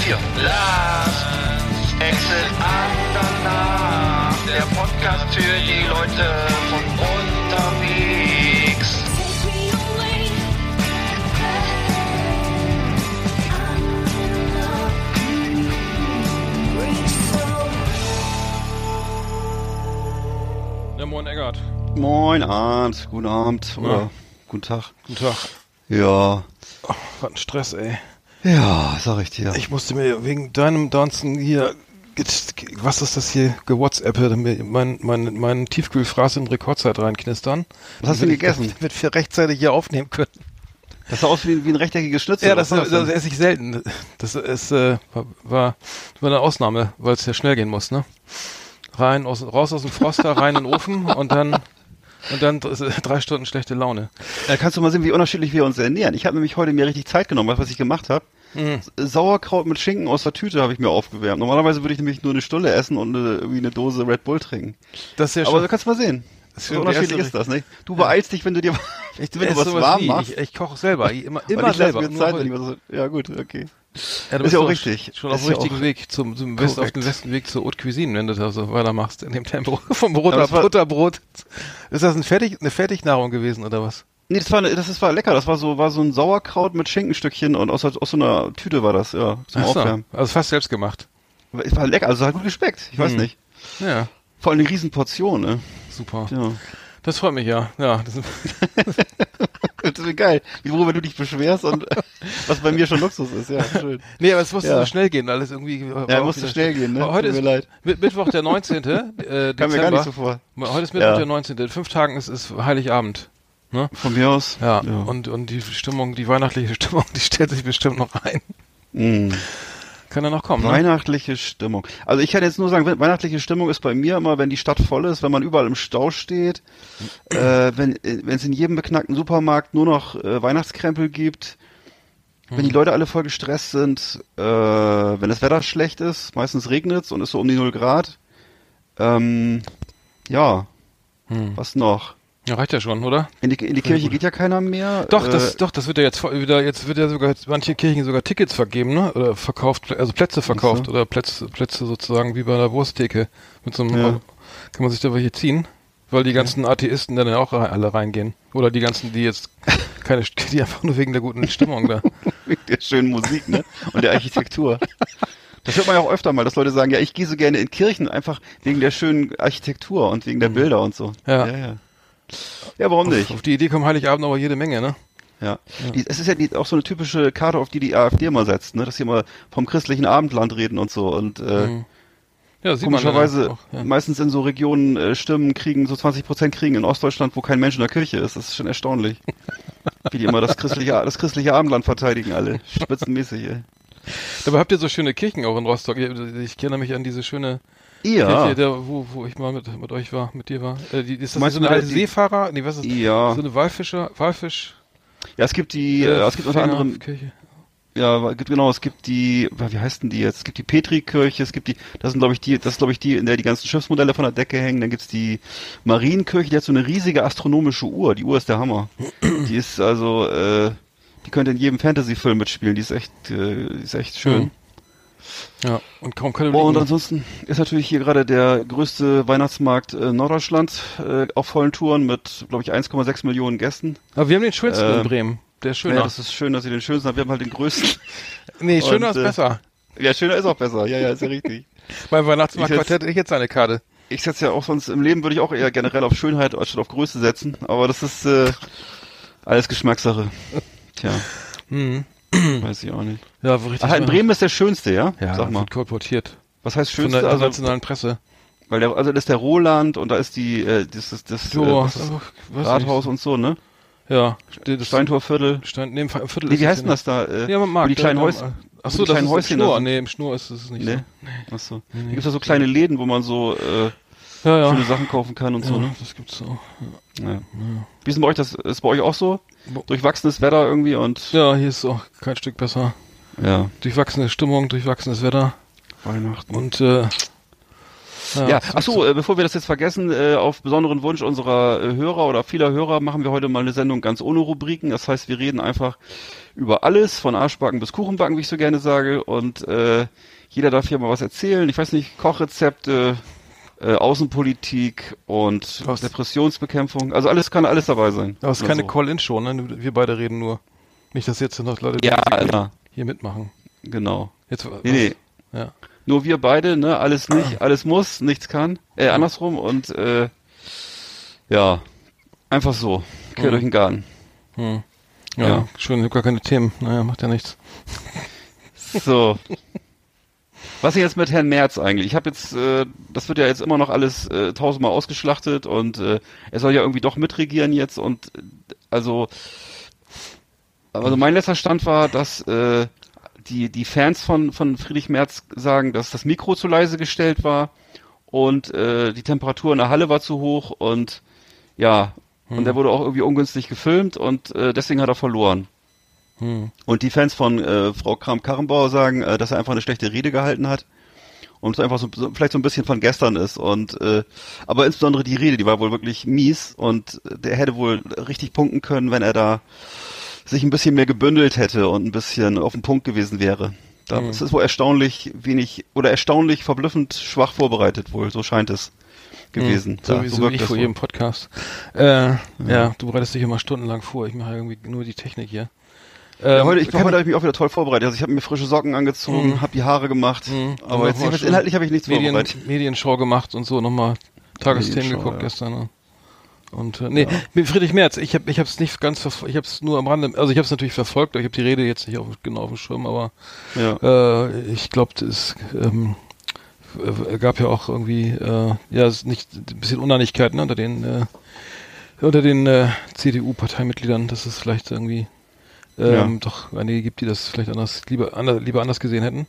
Last Exit Andernach, der Podcast für die Leute von unterwegs. Ja, moin Eggert. Moin Arndt, guten Abend oder Ja. guten Tag. Guten Tag. Ja, Oh, was ein Stress, ey. ja, sag ich dir. Ich musste mir wegen deinem Tanzen hier, ge- ge- was ist das hier, gewhatsappt, mir mein, mein, mein Tiefkühlfraß in Rekordzeit reinknistern. Was hast du denn gegessen? Damit wir rechtzeitig hier aufnehmen können. Das sah aus wie, wie ein rechteckiges Schnitzel. Ja, das, das, Was ist denn? esse ich selten. Das ist, äh, war, war war eine Ausnahme, weil es ja schnell gehen muss, ne? Rein aus, raus aus dem Froster, rein in den Ofen und dann und dann dr- äh, drei Stunden schlechte Laune. Da Äh, kannst du mal sehen, wie unterschiedlich wir uns ernähren. Ich habe nämlich heute mir richtig Zeit genommen, weißt du, was ich gemacht habe? Sauerkraut mit Schinken aus der Tüte habe ich mir aufgewärmt. Normalerweise würde ich nämlich nur eine Stulle essen und eine, irgendwie eine Dose Red Bull trinken. Das ist ja Aber schon. du kannst mal sehen. Das ist So schon die unterschiedlich erste- ist das, nicht? Du beeilst dich, wenn du dir wenn du esse was sowas warm nie. machst. Ich, ich koche selber, ich- immer, Und immer ich lass selber. mir nur Zeit, heute. wenn ich was, ja gut, okay. Ja, du Ist bist ja auch doch richtig. Schon auf Ist dem ja richtigen auch Weg, zum, zum West, auf korrekt. dem besten Weg zur Haute Cuisine, wenn du da so weitermachst, in dem Tempo. Vom Butter, das war- Butterbrot. Ist das ein Fertig, eine Fertignahrung gewesen oder was? Nee, das war, ne- das ist- war lecker. Das war so, war so ein Sauerkraut mit Schinkenstückchen und aus, aus so einer Tüte war das, ja, zum Ach so, Aufwärmen. Also fast selbst gemacht. War- Es war lecker, also es hat gut geschmeckt. Ich weiß Hm. nicht. Ja, Vor allem eine Riesenportion, ne? super. Ja. Das freut mich ja. Ja, das, Das ist geil. Wie- Worüber du dich beschwerst und was bei mir schon Luxus ist, ja, schön. nee, aber es musste Ja. so schnell gehen, alles irgendwie. Ja, musste schnell gehen, ne? Heute Tut mir ist leid. Mit- Mittwoch der 19. äh, Dezember. Kam mir gar nicht so vor. Heute ist Mittwoch Ja. der 19. In fünf Tagen ist, ist Heiligabend. Ne? Von mir aus. Ja, Und, und die Stimmung, die weihnachtliche Stimmung, die stellt sich bestimmt noch ein. Mm. Kann ja noch kommen, ne? Weihnachtliche Stimmung. Also ich kann jetzt nur sagen, we- weihnachtliche Stimmung ist bei mir immer, wenn die Stadt voll ist, wenn man überall im Stau steht, äh, wenn äh, wenn es in jedem beknackten Supermarkt nur noch äh, Weihnachtskrempel gibt, wenn Mhm. die Leute alle voll gestresst sind, äh, wenn das Wetter schlecht ist, meistens regnet es und ist so um die 0 Grad. Ähm, ja, Mhm. was noch? Ja, reicht ja schon, oder? In die, in die Kirche geht ja keiner mehr. Doch, äh, das, doch, das wird ja jetzt voll- wieder, jetzt wird ja sogar manche Kirchen sogar Tickets vergeben, ne? Oder verkauft, also Plätze verkauft oder Plätze, Plätze sozusagen wie bei der Wursttheke. Mit so einem, Ja. kann man sich da welche ziehen? Weil die ganzen Atheisten dann ja auch rei- alle reingehen. Oder die ganzen, die jetzt keine, St- die einfach nur wegen der guten Stimmung da. Wegen der schönen Musik, ne? Und der Architektur. Das hört man ja auch öfter mal, dass Leute sagen, ja, ich gehe so gerne in Kirchen, einfach wegen der schönen Architektur und wegen der Bilder und so. Mhm. Ja. Ja, ja. Ja, warum nicht? Auf die Idee kommen Heiligabend aber jede Menge, ne? Ja. Die, es ist ja die, auch so eine typische Karte, auf die die AfD immer setzt, ne? dass sie immer vom christlichen Abendland reden und so. Und Ja, äh, Mhm. sieht man ja komischerweise auch, ja. meistens in so Regionen äh, Stimmen kriegen, so 20 Prozent kriegen in Ostdeutschland, wo kein Mensch in der Kirche ist. Das ist schon erstaunlich. Wie die immer das christliche, das christliche Abendland verteidigen alle. Spitzenmäßig, ey. Dabei habt ihr so schöne Kirchen auch in Rostock. Ich, ich erinnere mich an diese schöne Ja. Kirche, der, wo, wo ich mal mit, mit euch war, mit dir war. Äh, die, ist das Meinst so du eine mit der- alte die- Seefahrer? Nee, was ist Ja. So eine Walfischer, Walfisch. Ja, es gibt die, äh, es gibt unter Fänger- anderem, Kirche. ja, gibt- genau, es gibt die, wa- wie heißen die jetzt? Es gibt die Petrikirche, es gibt die, das sind glaube ich die, das ist glaube ich die, in der die ganzen Schiffsmodelle von der Decke hängen, dann gibt's die Marienkirche, die hat so eine riesige astronomische Uhr, die Uhr ist der Hammer. Die ist also, äh, die könnte in jedem Fantasy-Film mitspielen, die ist echt, äh, die ist echt schön. Mhm. Ja, und kaum Boah, Oh, und Katholiken. ansonsten ist natürlich hier gerade der größte Weihnachtsmarkt äh, Norddeutschlands äh, auf vollen Touren mit, glaube ich, 1,6 Millionen Gästen. Aber wir haben den schönsten Äh, in Bremen. Der ist schöner. Ja, das ist schön, dass ihr den schönsten habt. Wir haben halt den größten. nee, schöner ist und, äh, besser. Ja, schöner ist auch besser. Ja, ja, ist ja richtig. Beim Weihnachtsmarktquartett ich jetzt- hätte ich jetzt eine Karte. Ich setze ja auch sonst im Leben würde ich auch eher generell auf Schönheit anstatt auf Größe setzen, aber das ist äh, alles Geschmackssache. Tja. Hm. Weiß ich auch nicht. Ja, wo richtig. Ach, in Bremen ist der schönste, ja? Ja, Sag mal. wird kolportiert. Was heißt Von schönste? der Also, internationalen Presse. weil der, also das ist der Roland und da ist die, äh, das, das, das, äh, Ja, das ist einfach- weiß Rathaus und so, ne? nicht. Ja, steht das Steintorviertel. Stein, nee, im Fe- im Viertel Nee, ist wie es heißt denn ja das da? Äh, nicht. Ja, man mag. wo die kleinen Häuschen. Achso, wo die das kleinen ist Häuschen im da Schnur. sind. Nee, im Schnur ist es nicht Ne? so. Achso. Da gibt's ja so kleine Läden, wo man so äh, Ja, ja. schöne Sachen kaufen kann und so, ja, ne? Das gibt's auch. Ja. Wie ist denn bei euch das? Ist bei euch auch so? Bo- Durchwachsenes Wetter irgendwie und Ja, hier ist auch kein Stück besser. ja. Durchwachsene Stimmung, durchwachsenes Wetter Weihnachten. und äh, Ja, ach so, äh, bevor wir das jetzt vergessen, äh, auf besonderen Wunsch unserer äh, Hörer oder vieler Hörer machen wir heute mal eine Sendung ganz ohne Rubriken. Das heißt, wir reden einfach über alles, von Arschbacken bis Kuchenbacken, wie ich so gerne sage. Und äh, jeder darf hier mal was erzählen. Ich weiß nicht, Kochrezepte, äh, Außenpolitik und Was? Depressionsbekämpfung. Also alles kann alles dabei sein. Aber es ist keine Also, Call-In-Show, ne? Wir beide reden nur. Nicht, dass jetzt noch Leute Ja, Alter, hier mitmachen. genau. Jetzt, Nee, nee. Ja. Nur wir beide, ne? Alles nicht, alles muss, nichts kann. Äh, andersrum und äh, ja, einfach so. Quer Mhm. durch den Garten. Hm. Ja, Ja. schön, ich hab gar keine Themen. Naja, macht ja nichts. So. Was ist jetzt mit Herrn Merz eigentlich? Ich habe jetzt, äh, das wird ja jetzt immer noch alles äh, tausendmal ausgeschlachtet und äh, er soll ja irgendwie doch mitregieren jetzt und äh, also, also mein letzter Stand war, dass äh, die, die Fans von, von Friedrich Merz sagen, dass das Mikro zu leise gestellt war und äh, die Temperatur in der Halle war zu hoch und ja, und er wurde auch irgendwie ungünstig gefilmt und äh, deswegen hat er verloren. Hm. Und die Fans von äh, Frau Kram-Karrenbauer sagen, äh, dass er einfach eine schlechte Rede gehalten hat und es einfach so, so, vielleicht so ein bisschen von gestern ist. Und äh, aber insbesondere die Rede, die war wohl wirklich mies und äh, der hätte wohl richtig punkten können, wenn er da sich ein bisschen mehr gebündelt hätte und ein bisschen auf den Punkt gewesen wäre. Da, Es ist wohl erstaunlich wenig oder erstaunlich verblüffend schwach vorbereitet wohl, so scheint es gewesen. So, Ja, wie, so so wie wirkt ich Hm. das vor wohl. jedem Podcast. Äh, ja. du bereitest dich immer stundenlang vor. Ich mache irgendwie nur die Technik hier. Ja, Ähm, heute, ich, kann heute habe ich mich auch wieder toll vorbereitet. Also ich habe mir frische Socken angezogen, Mhm. habe die Haare gemacht. Mhm. Aber jetzt, Nochmal jetzt inhaltlich habe ich nichts Medien, vorbereitet. Medienschau gemacht und so nochmal Tagesthemen Medienschau, geguckt ja. gestern. ne? Und äh, nee, mit Friedrich Merz, ich habe ich hab's nicht ganz verfolgt, ich hab's nur am Rande, also ich hab's natürlich verfolgt, aber ich habe die Rede jetzt nicht auf, genau auf dem Schirm, aber Ja. äh, ich glaube, es ähm, äh, gab ja auch irgendwie äh, ja, es ist nicht ein bisschen Uneinigkeit ne, unter den äh, unter den äh, CDU-Parteimitgliedern, dass es vielleicht irgendwie ähm, Ja. doch einige gibt, die das vielleicht anders lieber anders, lieber anders gesehen hätten.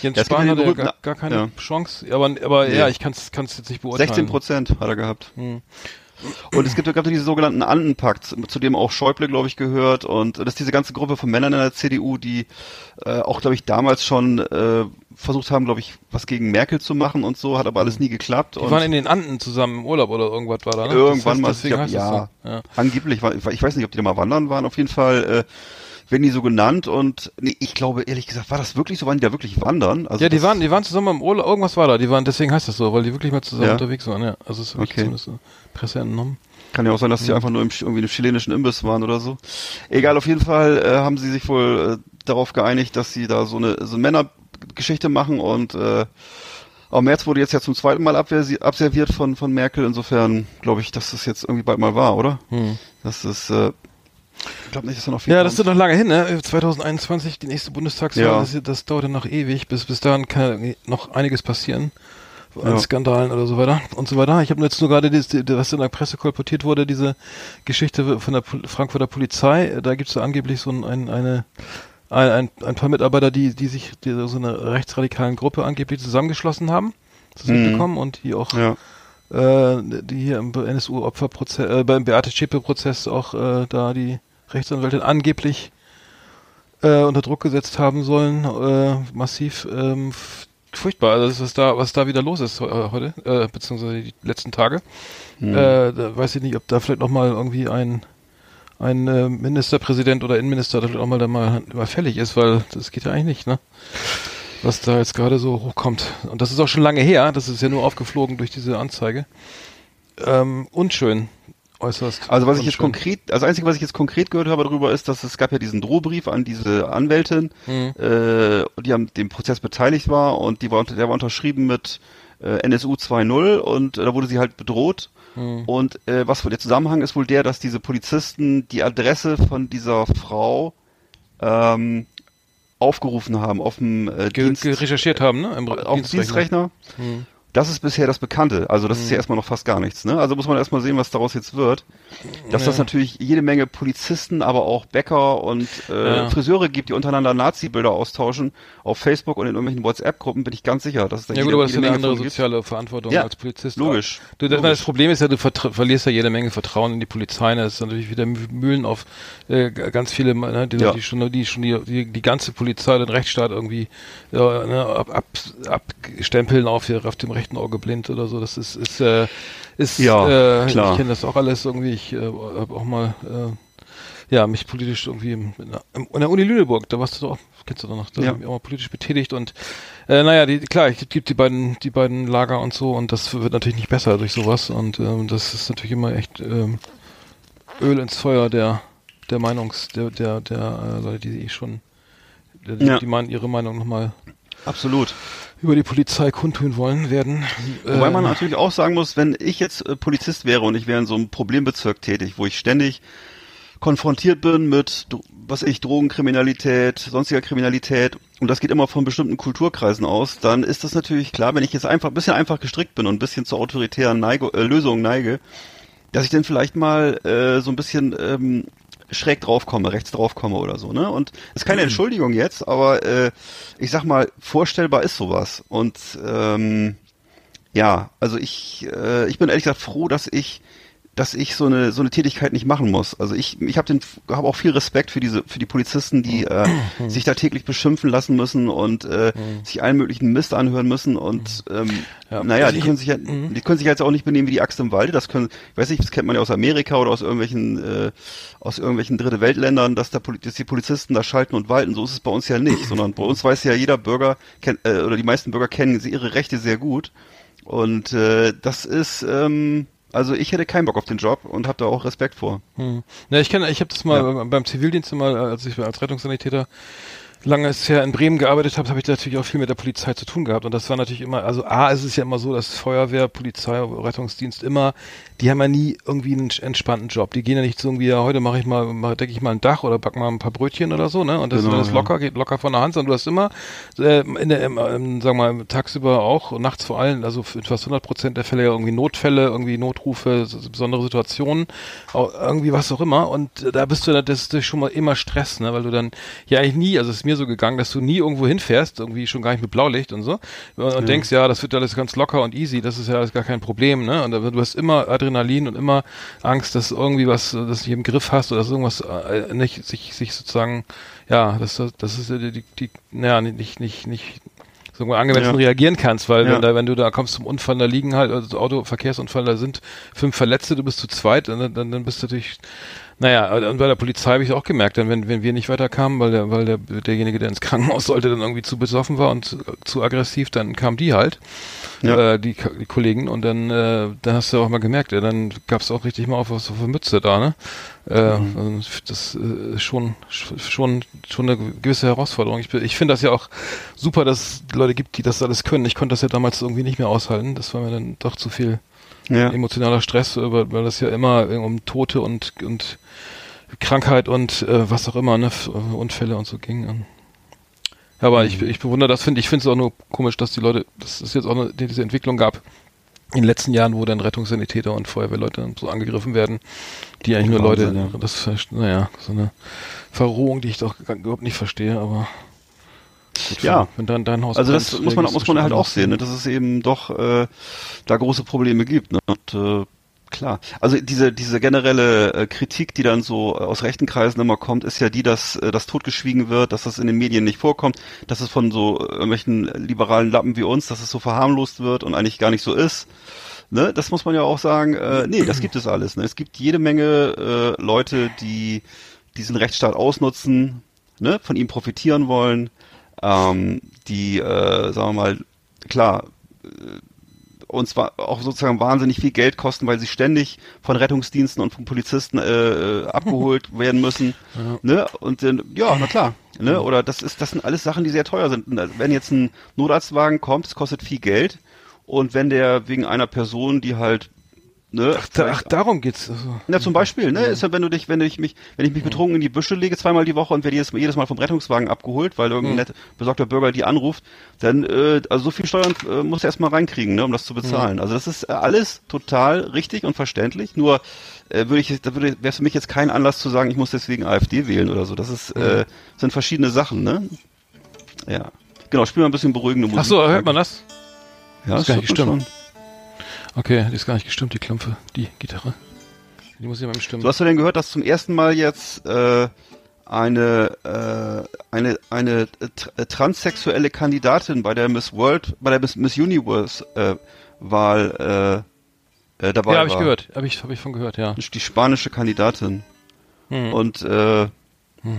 Jens Ja, es gibt Spahn ja hatte die ja berühmten- gar, gar keine ja. Chance, aber, aber Nee. ja, ich kann es jetzt nicht beurteilen. 16 Prozent hat er gehabt. Hm. Und es gibt ja gerade diese sogenannten Andenpakt, zu dem auch Schäuble, glaube ich, gehört. Und das ist diese ganze Gruppe von Männern in der CDU, die äh, auch, glaube ich, damals schon äh, versucht haben, glaube ich, was gegen Merkel zu machen und so, hat aber alles nie geklappt. Mhm. Die und waren in den Anden zusammen im Urlaub oder irgendwas war da, ne? Irgendwann das heißt, mal. deswegen heißt ich glaub, es so. Ja. Angeblich, war, ich weiß nicht, ob die da mal wandern waren. Auf jeden Fall äh, werden die so genannt und nee, ich glaube, ehrlich gesagt, war das wirklich so? Waren die da wirklich wandern? Also ja, die das- waren, die waren zusammen im Urlaub, irgendwas war da, die waren, deswegen heißt das so, weil die wirklich mal zusammen Ja. unterwegs waren, ja. Also es ist wirklich Okay. zumindest so Presse entnommen. Kann ja auch sein, dass sie einfach nur im, Ch- irgendwie in einem chilenischen Imbiss waren oder so. Egal, auf jeden Fall äh, haben sie sich wohl äh, darauf geeinigt, dass sie da so eine so eine Männergeschichte machen und äh, auch Merz wurde jetzt ja zum zweiten Mal abwehr- abserviert von, von Merkel. Insofern glaube ich, dass das jetzt irgendwie bald mal war, oder? Hm. Das ist, äh, ich glaube nicht, dass da noch viel Ja, das ist kommt. noch lange hin, ne? 2021, die nächste Bundestagswahl, Ja. das, das dauert ja noch ewig. Bis, bis dahin kann ja noch einiges passieren. An Ja. Skandalen oder so weiter und so weiter. Ich habe jetzt nur gerade, dieses- die- was in der Presse kolportiert wurde, diese Geschichte von der Pol- Frankfurter Polizei. Da gibt es angeblich so ein, ein, eine, ein, ein, ein paar Mitarbeiter, die, die sich die, so eine rechtsradikalen Gruppe angeblich zusammengeschlossen haben. Hast du das Mhm. mitbekommen? Und die auch ja. äh, die hier im NSU-Opferprozess, äh, beim Beate Zschäpe-Prozess auch äh, da die Rechtsanwältin angeblich äh, unter Druck gesetzt haben sollen, äh, massiv ähm, f- furchtbar. Also das ist, was da, was da wieder los ist heu- äh, heute, äh, beziehungsweise die letzten Tage. Hm. Äh, da weiß ich nicht, ob da vielleicht nochmal irgendwie ein ein äh, Ministerpräsident oder Innenminister da vielleicht auch mal da mal überfällig ist, weil das geht ja eigentlich nicht, ne? Was da jetzt gerade so hochkommt. Und das ist auch schon lange her, das ist ja nur aufgeflogen durch diese Anzeige. Ähm, unschön, äußerst. Also was ich jetzt unschön. konkret, also einzige, was ich jetzt konkret gehört habe darüber, ist, dass es gab ja diesen Drohbrief an diese Anwältin, Hm. äh, die am dem Prozess beteiligt war und die war unter, der war unterschrieben mit äh, NSU 2.0 und äh, da wurde sie halt bedroht. Und äh, was wohl der Zusammenhang ist wohl der, dass diese Polizisten die Adresse von dieser Frau ähm, aufgerufen haben auf dem äh, Ge Dienst, ge- recherchiert haben, ne? Im auf dem Dienstrechner. Hm. Das ist bisher das Bekannte. Also das ist ja erstmal noch fast gar nichts. Ne? Also muss man erstmal sehen, was daraus jetzt wird. Dass das Ja. natürlich jede Menge Polizisten, aber auch Bäcker und äh, Ja. Friseure gibt, die untereinander Nazi-Bilder austauschen auf Facebook und in irgendwelchen WhatsApp-Gruppen, bin ich ganz sicher. Dass es da Ja gut, jede- aber das ist jede ja eine Menge andere von gibt. soziale Verantwortung Ja, als Polizist. logisch, Du, das, logisch. das Problem ist ja, du vertr- verlierst ja jede Menge Vertrauen in die Polizei. ne? Das ist natürlich wieder Mü- Mühlen auf äh, g- ganz viele, ne, die, Ja. die schon, die, schon die, die, die ganze Polizei, den Rechtsstaat irgendwie ja, ne, ab, ab, abstempeln auf, hier auf dem rechten Auge blind oder so. Das ist, ist, äh, ist Ja, äh, klar. ich kenne das auch alles irgendwie. Ich äh, habe auch mal äh, ja, mich politisch irgendwie im- in der- im- in der Uni Lüneburg, da warst du doch, kennst du doch noch, da Ja. hab ich mich auch mal politisch betätigt und äh, naja, die, klar, es gibt die beiden, die beiden Lager und so und das wird natürlich nicht besser durch sowas und ähm, das ist natürlich immer echt ähm, Öl ins Feuer der der Meinungs, der, der, der äh, Leute, die eh schon die, die- Ja. die meinen, ihre Meinung nochmal Absolut. über die Polizei kundtun wollen werden. Wobei man Ähm, natürlich auch sagen muss, wenn ich jetzt äh, Polizist wäre und ich wäre in so einem Problembezirk tätig, wo ich ständig konfrontiert bin mit, dro- was weiß ich, Drogenkriminalität, sonstiger Kriminalität und das geht immer von bestimmten Kulturkreisen aus, dann ist das natürlich klar, wenn ich jetzt einfach ein bisschen einfach gestrickt bin und ein bisschen zur autoritären Neige, äh, Lösung neige, dass ich dann vielleicht mal äh, so ein bisschen ähm, schräg draufkomme, rechts draufkomme oder so, ne? Und ist Mhm. keine Entschuldigung jetzt, aber äh, ich sag mal, vorstellbar ist sowas. Und ähm, ja, also ich, äh, ich bin ehrlich gesagt froh, dass ich, dass ich so eine so eine Tätigkeit nicht machen muss. Also ich, ich habe den, habe auch viel Respekt für diese, für die Polizisten, die äh, Mhm. sich da täglich beschimpfen lassen müssen und äh, sich allen möglichen Mist anhören müssen und ähm, Mhm. Ja. naja, Also die ich- können sich ja, die können sich jetzt auch nicht benehmen wie die Axt im Walde. Das können, ich weiß nicht, das kennt man ja aus Amerika oder aus irgendwelchen, äh, aus irgendwelchen Dritte Weltländern, dass da Poli- dass die Polizisten da schalten und walten. So ist es bei uns ja nicht, sondern bei uns weiß ja jeder Bürger kennt, äh, oder die meisten Bürger kennen sie- ihre Rechte sehr gut. Und äh, das ist, ähm, also ich hätte keinen Bock auf den Job und habe da auch Respekt vor. Hm. Na, ich kenne, ich habe das mal beim- beim Zivildienst mal, als ich als Rettungssanitäter lange ist her in Bremen gearbeitet habe, habe ich da natürlich auch viel mit der Polizei zu tun gehabt. Und das war natürlich immer, also A, ist es ja immer so, dass Feuerwehr, Polizei, Rettungsdienst immer, die haben ja nie irgendwie einen sch- entspannten Job. Die gehen ja nicht so irgendwie, ja, heute mache ich mal, mach, decke ich mal ein Dach oder back mal ein paar Brötchen oder so, ne? Und das, Genau, das ja. locker, geht locker von der Hand, sondern du hast immer, äh, in der, im, im, sagen wir mal, tagsüber auch, und nachts vor allem, also in fast 100 Prozent der Fälle ja irgendwie Notfälle, irgendwie Notrufe, so- so besondere Situationen, au- irgendwie was auch immer. Und äh, da bist du, dann- das ist schon mal immer Stress, ne? Weil du dann ja eigentlich nie, also es ist mir so gegangen, dass du nie irgendwo hinfährst, irgendwie schon gar nicht mit Blaulicht und so, und denkst, ja, das wird alles ganz locker und easy, das ist ja alles gar kein Problem, ne? Und da- du hast immer Adrenalin und immer Angst, dass irgendwie was, äh, das nicht im Griff hast oder dass irgendwas äh, nicht sich, sich sozusagen, ja, das, das- das ist ja äh, die, die, die naja, nicht, nicht, nicht, so angemessen Ja. reagieren kannst, weil Ja. wenn, da, wenn du da kommst zum Unfall, da liegen halt, also Autoverkehrsunfall, da sind fünf Verletzte, du bist zu zweit, dann, dann, dann bist du natürlich, naja, und bei der Polizei habe ich es auch gemerkt, dann, wenn, wenn wir nicht weiterkamen, weil, der, weil der, derjenige, der ins Krankenhaus sollte, dann irgendwie zu besoffen war und zu, zu aggressiv, dann kamen die halt, Ja. äh, die, K- die Kollegen, und dann, äh, dann hast du auch mal gemerkt, ja, dann gab es auch richtig mal auf was auf eine Mütze da, ne? Äh, also das äh, ist schon, sch- schon, schon eine gewisse Herausforderung. Ich, bin- ich finde das ja auch super, dass es Leute gibt, die das alles können. Ich konnte das ja damals irgendwie nicht mehr aushalten. Das war mir dann doch zu viel Ja. emotionaler Stress, äh, weil weil das ja immer um Tote und, und Krankheit und äh, was auch immer, ne, F- Unfälle und so ging. Und- Ja, aber ich, Mhm. ich bewundere das, finde ich finde es auch nur komisch, dass die Leute, dass es jetzt auch eine, diese Entwicklung gab in den letzten Jahren, wo dann Rettungssanitäter und Feuerwehrleute und so angegriffen werden, die eigentlich nur Wahnsinn, Leute, ja. das ver- naja, so eine Verrohung, die ich doch gar- überhaupt nicht verstehe, aber gut, Ja. wenn dann dein Haus Also das brennt, muss man, reagierst muss du man halt schon auch sehen, ne? dass es eben doch äh, da große Probleme gibt. Ne? Und äh, klar, also diese, diese generelle äh, Kritik, die dann so aus rechten Kreisen immer kommt, ist ja die, dass äh, das totgeschwiegen wird, dass das in den Medien nicht vorkommt, dass es von so irgendwelchen liberalen Lappen wie uns, dass es so verharmlost wird und eigentlich gar nicht so ist. Ne, das muss man ja auch sagen, äh, nee, das gibt es alles. Ne? Es gibt jede Menge äh, Leute, die diesen Rechtsstaat ausnutzen, ne? von ihm profitieren wollen, ähm, die, äh, sagen wir mal, klar, uns wa- auch sozusagen wahnsinnig viel Geld kosten, weil sie ständig von Rettungsdiensten und von Polizisten äh, äh, abgeholt werden müssen. Ne? Und dann, ja, na klar. Ne? Oder das ist, das sind alles Sachen, die sehr teuer sind. Und da- Wenn jetzt ein Notarztwagen kommt, es kostet viel Geld. Und wenn der wegen einer Person, die halt Ne? Ach, da, ach Vielleicht- darum geht's. Also, Na, zum Beispiel, ne? Ist ja, wenn du dich, wenn ich mich, wenn ich mich betrunken in die Büsche lege, zweimal die Woche und werde jedes, Mal- jedes Mal vom Rettungswagen abgeholt, weil irgendein nett besorgter Bürger die anruft, dann, äh, also so viel Steuern äh, musst du erstmal reinkriegen, ne, um das zu bezahlen. Also das ist äh, alles total richtig und verständlich, nur äh, würde ich, da würde, wäre es für mich jetzt kein Anlass zu sagen, ich muss deswegen AfD wählen oder so. Das ist, äh, sind verschiedene Sachen, ne? Ja. Genau, spiel mal ein bisschen beruhigende Musik. ach so, hört man ne? das? Ja, das das kann hört ich man stimmen. schon. Okay, die ist gar nicht gestimmt, die Klumpfe, die Gitarre. Die muss ich mal stimmen. So hast du denn gehört, dass zum ersten Mal jetzt äh, eine, äh, eine, eine äh, tr- äh, transsexuelle Kandidatin bei der Miss World, bei der Miss, Miss Universe äh, Wahl äh, äh, dabei ja, war? habe ich gehört. Habe ich, hab ich von gehört, ja. Die spanische Kandidatin. Hm. Und äh, ja,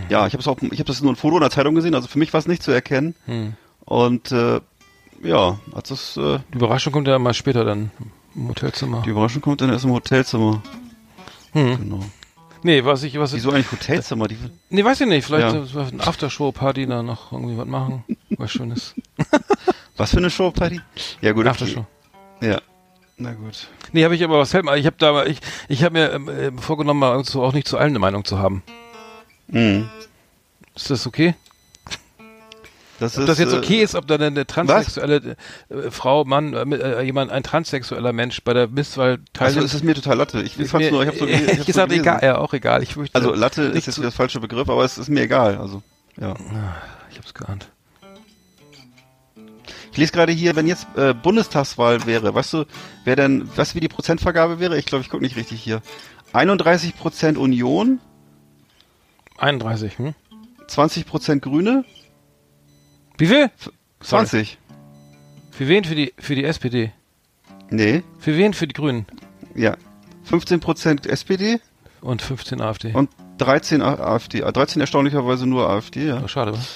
ich habe es auch, ich habe das nur ein Foto in der Zeitung gesehen, also für mich war es nicht zu erkennen. Hm. Und äh, ja, hat das, äh, Die Überraschung kommt ja mal später dann im Hotelzimmer. die Überraschung kommt dann erst im Hotelzimmer. Hm. Genau. Nee, was ich, was ich, Wieso eigentlich Hotelzimmer? Die, nee, weiß ich nicht, vielleicht Ja. äh, so eine Aftershow-Party da noch irgendwie was machen, was Schönes. was für eine Showparty? Ja gut, okay. Aftershow. Ja. Na gut. Nee, habe ich aber was hält mal. Ich habe da, ich, ich habe mir ähm, äh, vorgenommen, mal so auch nicht zu allen eine Meinung zu haben. Mhm. Ist das okay? Das äh, Ob das jetzt okay ist, ob da eine, eine transsexuelle äh, Frau, Mann, äh, mit, äh, jemand, ein transsexueller Mensch bei der Misswahl Also teilnimmt, es ist mir total Latte. Ich, ich fand's nur, ich hab's so ehrlich gelesen. gesagt egal, ja, auch egal. Ich möchte, Also Latte nicht ist jetzt zu- wieder das falsche Begriff, aber es ist mir egal. Also ja. ich hab's geahnt. Ich lese gerade hier, wenn jetzt äh, Bundestagswahl wäre, weißt du, wer denn, weißt du, wie die Prozentvergabe wäre? Ich glaube, ich gucke nicht richtig hier. 31 Prozent Union, 31, hm? 20 Prozent Grüne, Wie viel? 20. Für wen? Für die, für die SPD. Nee, Für wen? Für die Grünen. ja. 15 Prozent SPD Und 15 AfD. und 13 A- AfD. Ah, 13 erstaunlicherweise nur AfD, ja. oh, schade, was?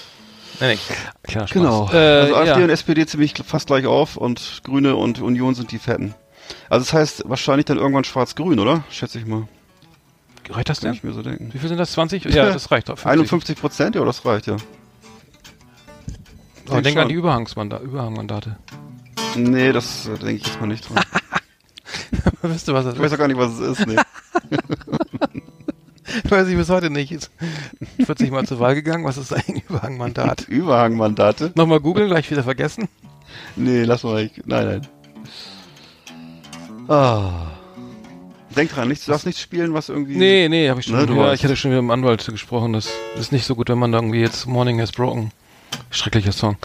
Nee, nee. Klar, Spaß. Genau. Äh, also AfD ja. und SPD ziemlich gl- fast gleich auf und Grüne und Union sind die Fetten. Also das heißt wahrscheinlich dann irgendwann Schwarz-Grün, oder? Schätze ich mal. Reicht das Kann denn? ich mir so denken. Wie viel sind das? 20? Ja, das reicht doch. 50. 51 Prozent, ja, das reicht ja. Oh, Denk denk an schon. die Überhangsmanda- Überhangmandate. Nee, das äh, denke ich jetzt mal nicht dran. Wisst ihr, was das Ich weiß auch gar nicht, was es ist. Nee. Weiß ich bis heute nicht. Ist 40 Mal zur Wahl gegangen. Was ist ein Überhangmandat? Überhangmandate? Nochmal googeln, gleich wieder vergessen. Nee, lass mal. Ich, nein, nein. Ah. Denk dran, nicht, du darfst nicht spielen, was irgendwie... Nee, nee, habe ich schon. Ne, du ja, weißt. ich hatte schon wieder mit dem Anwalt gesprochen. Das ist nicht so gut, wenn man da irgendwie jetzt Morning has broken. Schrecklicher Song.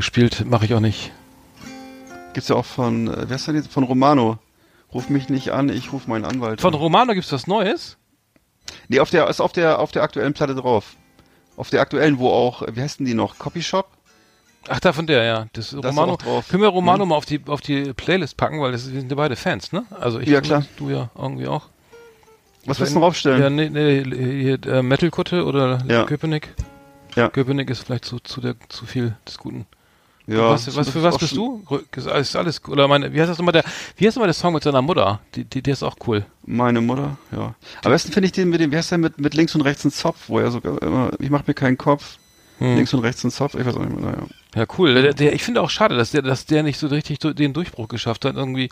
Spielt, mache ich auch nicht. Gibt's ja auch von, äh, wer ist denn jetzt? Von Romano. Ruf mich nicht an, ich ruf meinen Anwalt Von an. Romano gibt's was Neues? Nee, auf der, ist auf der, auf der aktuellen Platte drauf. Auf der aktuellen, wo auch, äh, wie heißen die noch? Copy Shop? Ach, da von der, ja. Das, ist Romano. auch drauf. Können wir Romano Hm? mal auf die, auf die Playlist packen, weil das, wir sind ja beide Fans, ne? Also ich Ja, klar. du ja irgendwie auch. Was willst du noch Ja, aufstellen? nee, nee, hier, äh, Metal-Kutte oder Ja. Köpenick. Ja. Köpenick ist vielleicht zu, zu, der, zu viel des Guten. Ja, was, was, das für ist was auch bist schon- du? Rück- Ist alles, alles cool. Oder meine, wie heißt das nochmal der, wie heißt nochmal der Song mit seiner Mutter? Die, die, der ist auch cool. Meine Mutter, ja. Am besten finde ich den mit dem, wer ist denn mit, mit links und rechts einen Zopf, wo er sogar immer, ich mach mir keinen Kopf, Hm. links und rechts einen Zopf, ich weiß auch nicht mehr, naja. Ja, cool. Der, der, ich finde auch schade, dass der, dass der nicht so richtig du- den Durchbruch geschafft hat irgendwie,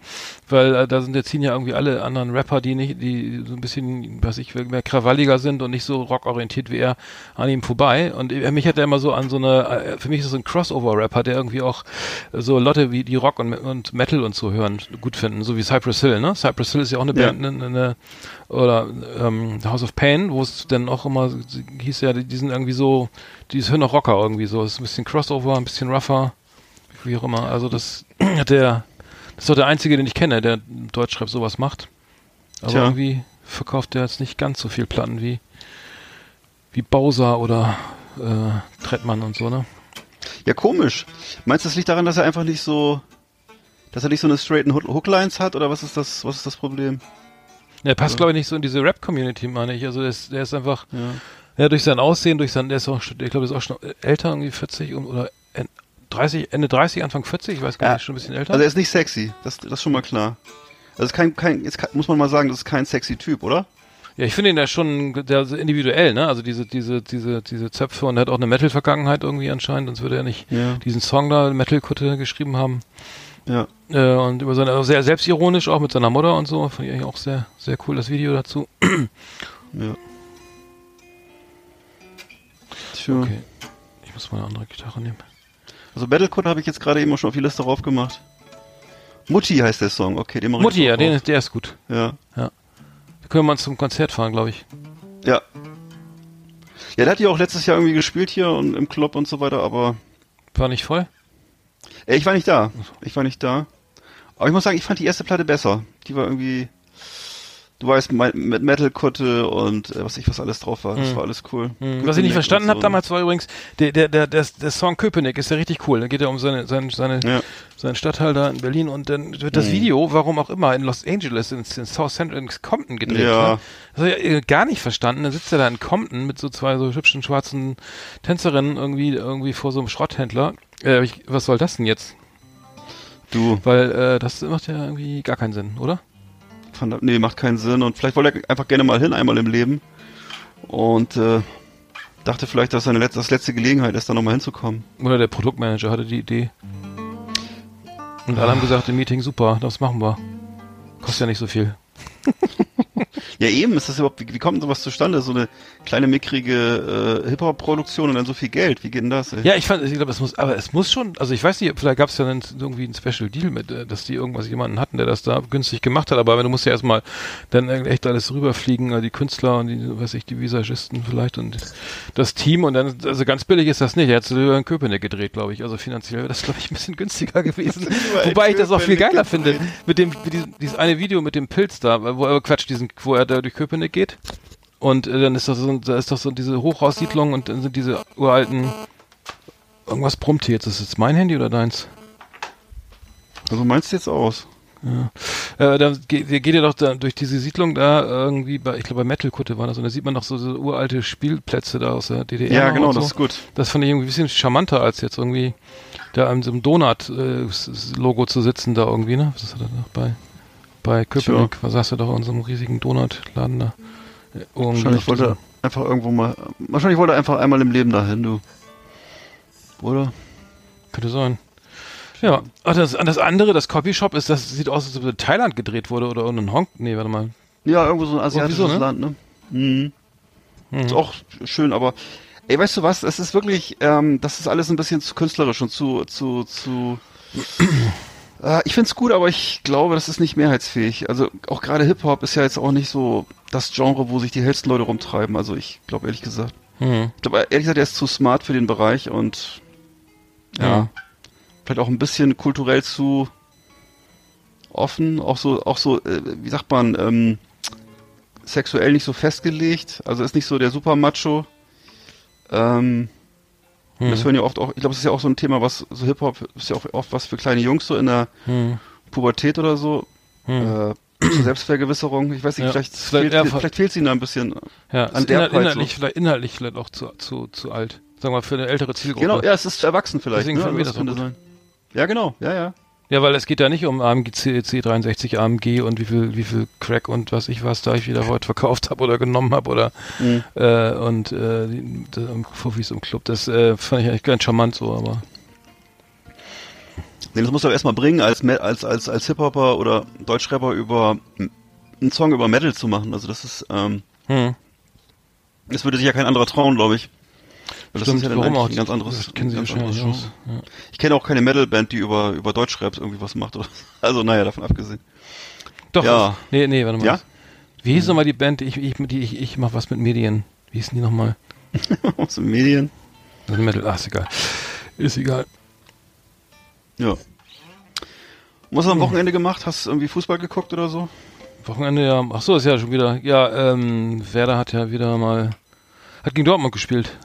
weil äh, da sind jetzt ziehen ja irgendwie alle anderen Rapper, die nicht, die so ein bisschen, was ich will, mehr krawalliger sind und nicht so rockorientiert wie er, an ihm vorbei. Und äh, mich hat er immer so an so eine, äh, für mich ist es ein Crossover-Rapper, der irgendwie auch äh, so Leute wie die Rock und, und Metal und so hören gut finden, so wie Cypress Hill. Ne, Cypress Hill ist ja auch eine Ja. Band, ne, eine, eine oder ähm, House of Pain, wo es dann auch immer s- hieß ja, die, die sind irgendwie so, die hören auch Rocker irgendwie so, ist ein bisschen Crossover, ein bisschen rougher, wie auch immer. Also das hat der, das ist doch der einzige, den ich kenne, der im Deutschrap sowas macht. Aber Tja. irgendwie verkauft der jetzt nicht ganz so viel Platten wie wie Bowser oder äh, Trettmann und so ne. Ja, komisch. Meinst du, das liegt daran, dass er einfach nicht so, dass er nicht so eine straighten Hook- Hooklines hat, oder was ist das, was ist das Problem? Der passt glaube ich nicht so in diese Rap-Community, meine ich. Also der ist, der ist einfach Ja, durch sein Aussehen, durch sein, der ist auch schon, ich glaube, der ist auch schon älter, irgendwie 40 und- oder en- 30, Ende 30, Anfang 40, ich weiß gar Ja. nicht, schon ein bisschen älter. Also er ist nicht sexy, das, das ist schon mal klar. Also ist kein, kein, jetzt kann, muss man mal sagen, das ist kein sexy Typ, oder? ja, ich finde ihn ja schon der, so individuell, ne? Also diese, diese, diese, diese Zöpfe und er hat auch eine Metal-Vergangenheit irgendwie anscheinend, sonst würde er nicht Ja. diesen Song da, Metal-Kutte, geschrieben haben. Ja. Äh, und über seine, also sehr selbstironisch auch mit seiner Mutter und so. Fand ich eigentlich auch sehr, sehr cool, das Video dazu. ja. Tja. Okay. Ich muss mal eine andere Gitarre nehmen. Also Battlecode habe ich jetzt gerade eben auch schon auf die Liste raufgemacht. Mutti heißt der Song, okay, den mach ich Mutti, ja, auch den, rauf. ist- der ist gut. Ja. Da können wir mal zum Konzert fahren, glaube ich. Ja. Ja, der hat ja auch letztes Jahr irgendwie gespielt hier und im Club und so weiter, aber War nicht voll? Ey, ich war nicht da. Ich war nicht da. Aber ich muss sagen, ich fand die erste Platte besser. Die war irgendwie, du weißt, mein- mit Metal-Kutte und äh, was ich was alles drauf war. Das war alles cool. Mhm. Was ich nicht Mhm. Köpenick verstanden und habe so. damals war übrigens, der, der, der, der, der Song Köpenick ist ja richtig cool. Da geht ja um seine, seine, seine, Ja. Mhm. seinen Stadtteil da in Berlin und dann wird das Video, warum auch immer, in Los Angeles, in, in South Central, in Compton gedreht. Ja. Ne? Das habe ich äh, gar nicht verstanden. Dann sitzt er da in Compton mit so zwei so hübschen schwarzen Tänzerinnen irgendwie, irgendwie vor so einem Schrotthändler. Äh, ich, was soll das denn jetzt? Du, Weil äh, das macht ja irgendwie gar keinen Sinn, oder? fand, nee, macht keinen Sinn. Und vielleicht wollte er einfach gerne mal hin, einmal im Leben. Und äh, dachte vielleicht, dass seine letzte, das letzte Gelegenheit ist, da nochmal hinzukommen. Oder der Produktmanager hatte die Idee. Und alle haben gesagt im Meeting, super, das machen wir. Kostet ja nicht so viel. Ja, eben, ist das überhaupt, wie, wie kommt denn sowas zustande? So eine kleine, mickrige äh, Hip-Hop-Produktion und dann so viel Geld. Wie geht denn das? Ey? Ja, ich fand, ich glaube, es muss, aber es muss schon, also ich weiß nicht, vielleicht gab es ja dann irgendwie einen Special Deal mit, äh, dass die irgendwas jemanden hatten, der das da günstig gemacht hat, aber du musst ja erstmal dann e-, echt alles rüberfliegen, also die Künstler und die, weiß ich, die Visagisten vielleicht und das Team und dann, also ganz billig ist das nicht. Er hat es lieber in Köpenick gedreht, glaube ich. Also finanziell wäre das, glaube ich, ein bisschen günstiger gewesen. in Wobei ich das auch viel Köpenick geiler finde. Mit dem, mit diesem, dieses eine Video mit dem Pilz da, wo er, Quatsch, diesen, wo er da durch Köpenick geht. Und äh, dann ist das so, ein- da ist doch so diese Hochhaussiedlung und dann sind diese uralten Irgendwas brummt hier jetzt. Ist jetzt mein Handy oder deins? Also meinst du jetzt aus? Äh, da geht, da geht ihr doch da durch diese Siedlung da irgendwie bei, ich glaube bei Metalkutte war das und da sieht man noch so, so uralte Spielplätze da aus der DDR. Ja, genau, und so. das ist gut. Das fand ich irgendwie ein bisschen charmanter als jetzt irgendwie da an so einem äh, Donut-Logo zu sitzen da irgendwie, ne? Was hat er da bei, bei Köpenick? Was sagst du doch an so einem riesigen Donutladen da? Äh, irgendwie Wahrscheinlich auf wollte er einfach irgendwo mal. Wahrscheinlich wollte er einfach einmal im Leben dahin, du. Oder? diesem- Könnte sein. Ja, Ach, das, das andere, das Copyshop, ist, das sieht aus, als ob es in Thailand gedreht wurde oder in Hong. Nee, warte mal. Ja, irgendwo so ein asiatisches Sowieso, ne? Land, ne? Mhm. Mhm. Ist auch schön, aber. Ey, weißt du was? Es ist wirklich. Ähm, das ist alles ein bisschen zu künstlerisch und zu. zu, zu äh, ich find's gut, aber ich glaube, das ist nicht mehrheitsfähig. Also auch gerade Hip-Hop ist ja jetzt auch nicht so das Genre, wo sich die hellsten Leute rumtreiben. Also ich glaube ehrlich gesagt. Mhm. Ich glaube ehrlich gesagt, er ist zu smart für den Bereich und. ja. vielleicht auch ein bisschen kulturell zu offen, auch so, auch so, äh, wie sagt man, ähm, sexuell nicht so festgelegt, also ist nicht so der Supermacho. Ähm, Hm. Das hören ja oft auch, ich glaube, es ist ja auch so ein Thema, was so Hip-Hop ist ja auch oft was für kleine Jungs so in der Hm. Pubertät oder so. Hm. Äh, zur Selbstvergewisserung, ich weiß nicht, Ja. vielleicht, Vielleicht fehlt, eher ver- vielleicht fehlt sie da ein bisschen. ja, an ist der inhalt, Preis inhaltlich, vielleicht, inhaltlich vielleicht auch zu, zu, zu alt. Sagen wir mal, für eine ältere Zielgruppe. Genau, ja, es ist zu erwachsen vielleicht. Deswegen ne? finden wir Also das auch könnte gut. sein. Ja, genau, ja, ja. Ja, weil es geht ja nicht um AMG, C63, AMG und wie viel, wie viel Crack und was ich was da ich wieder heute verkauft habe oder genommen habe oder Mhm. äh, und äh, die- die- um Fuffis im Club. Das äh, fand ich eigentlich ganz charmant so, aber Nee, das musst du aber erstmal bringen, als, Me- als, als, als Hip-Hopper oder Deutschrapper über einen Song über Metal zu machen. Also das ist, ähm, hm. das würde sich ja kein anderer trauen, glaube ich. Weil das ist ja dann eigentlich ein ganz anderes, Das kennen sie ein ganz wahrscheinlich anderes aus. Genre. Ich kenne auch keine Metal-Band, die über, über Deutschraps irgendwie was macht. Oder, also naja, davon abgesehen. Doch, Ja. nee, nee, warte mal. Ja? Mhm. Wie hieß nochmal die Band, die ich, ich, die ich, ich mach was mit Medien. Wie hießen die nochmal? Aus den Medien. Also Metal, ach, ist egal. Ist egal. Ja. Was hast du am Wochenende gemacht? Hast du irgendwie Fußball geguckt oder so? Wochenende ja. Ach so, ist ja schon wieder. Ja, ähm, Werder hat ja wieder mal hat gegen Dortmund gespielt.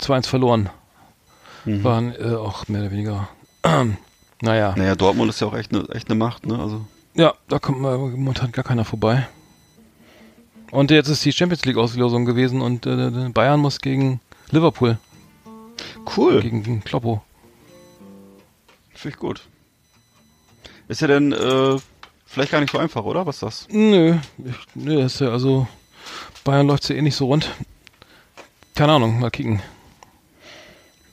2-1 verloren. Waren äh, auch mehr oder weniger. naja. Naja, Dortmund ist ja auch echt eine echt ne Macht, ne? Also, Ja, da kommt mal momentan gar keiner vorbei. Und jetzt ist die Champions League Auslosung gewesen und äh, Bayern muss gegen Liverpool, cool. gegen, gegen Kloppo. Finde ich gut. Ist ja dann äh, vielleicht gar nicht so einfach, oder? Was ist das? Nö, ich, nö, das ist ja also Bayern läuft ja eh nicht so rund. Keine Ahnung, mal kicken.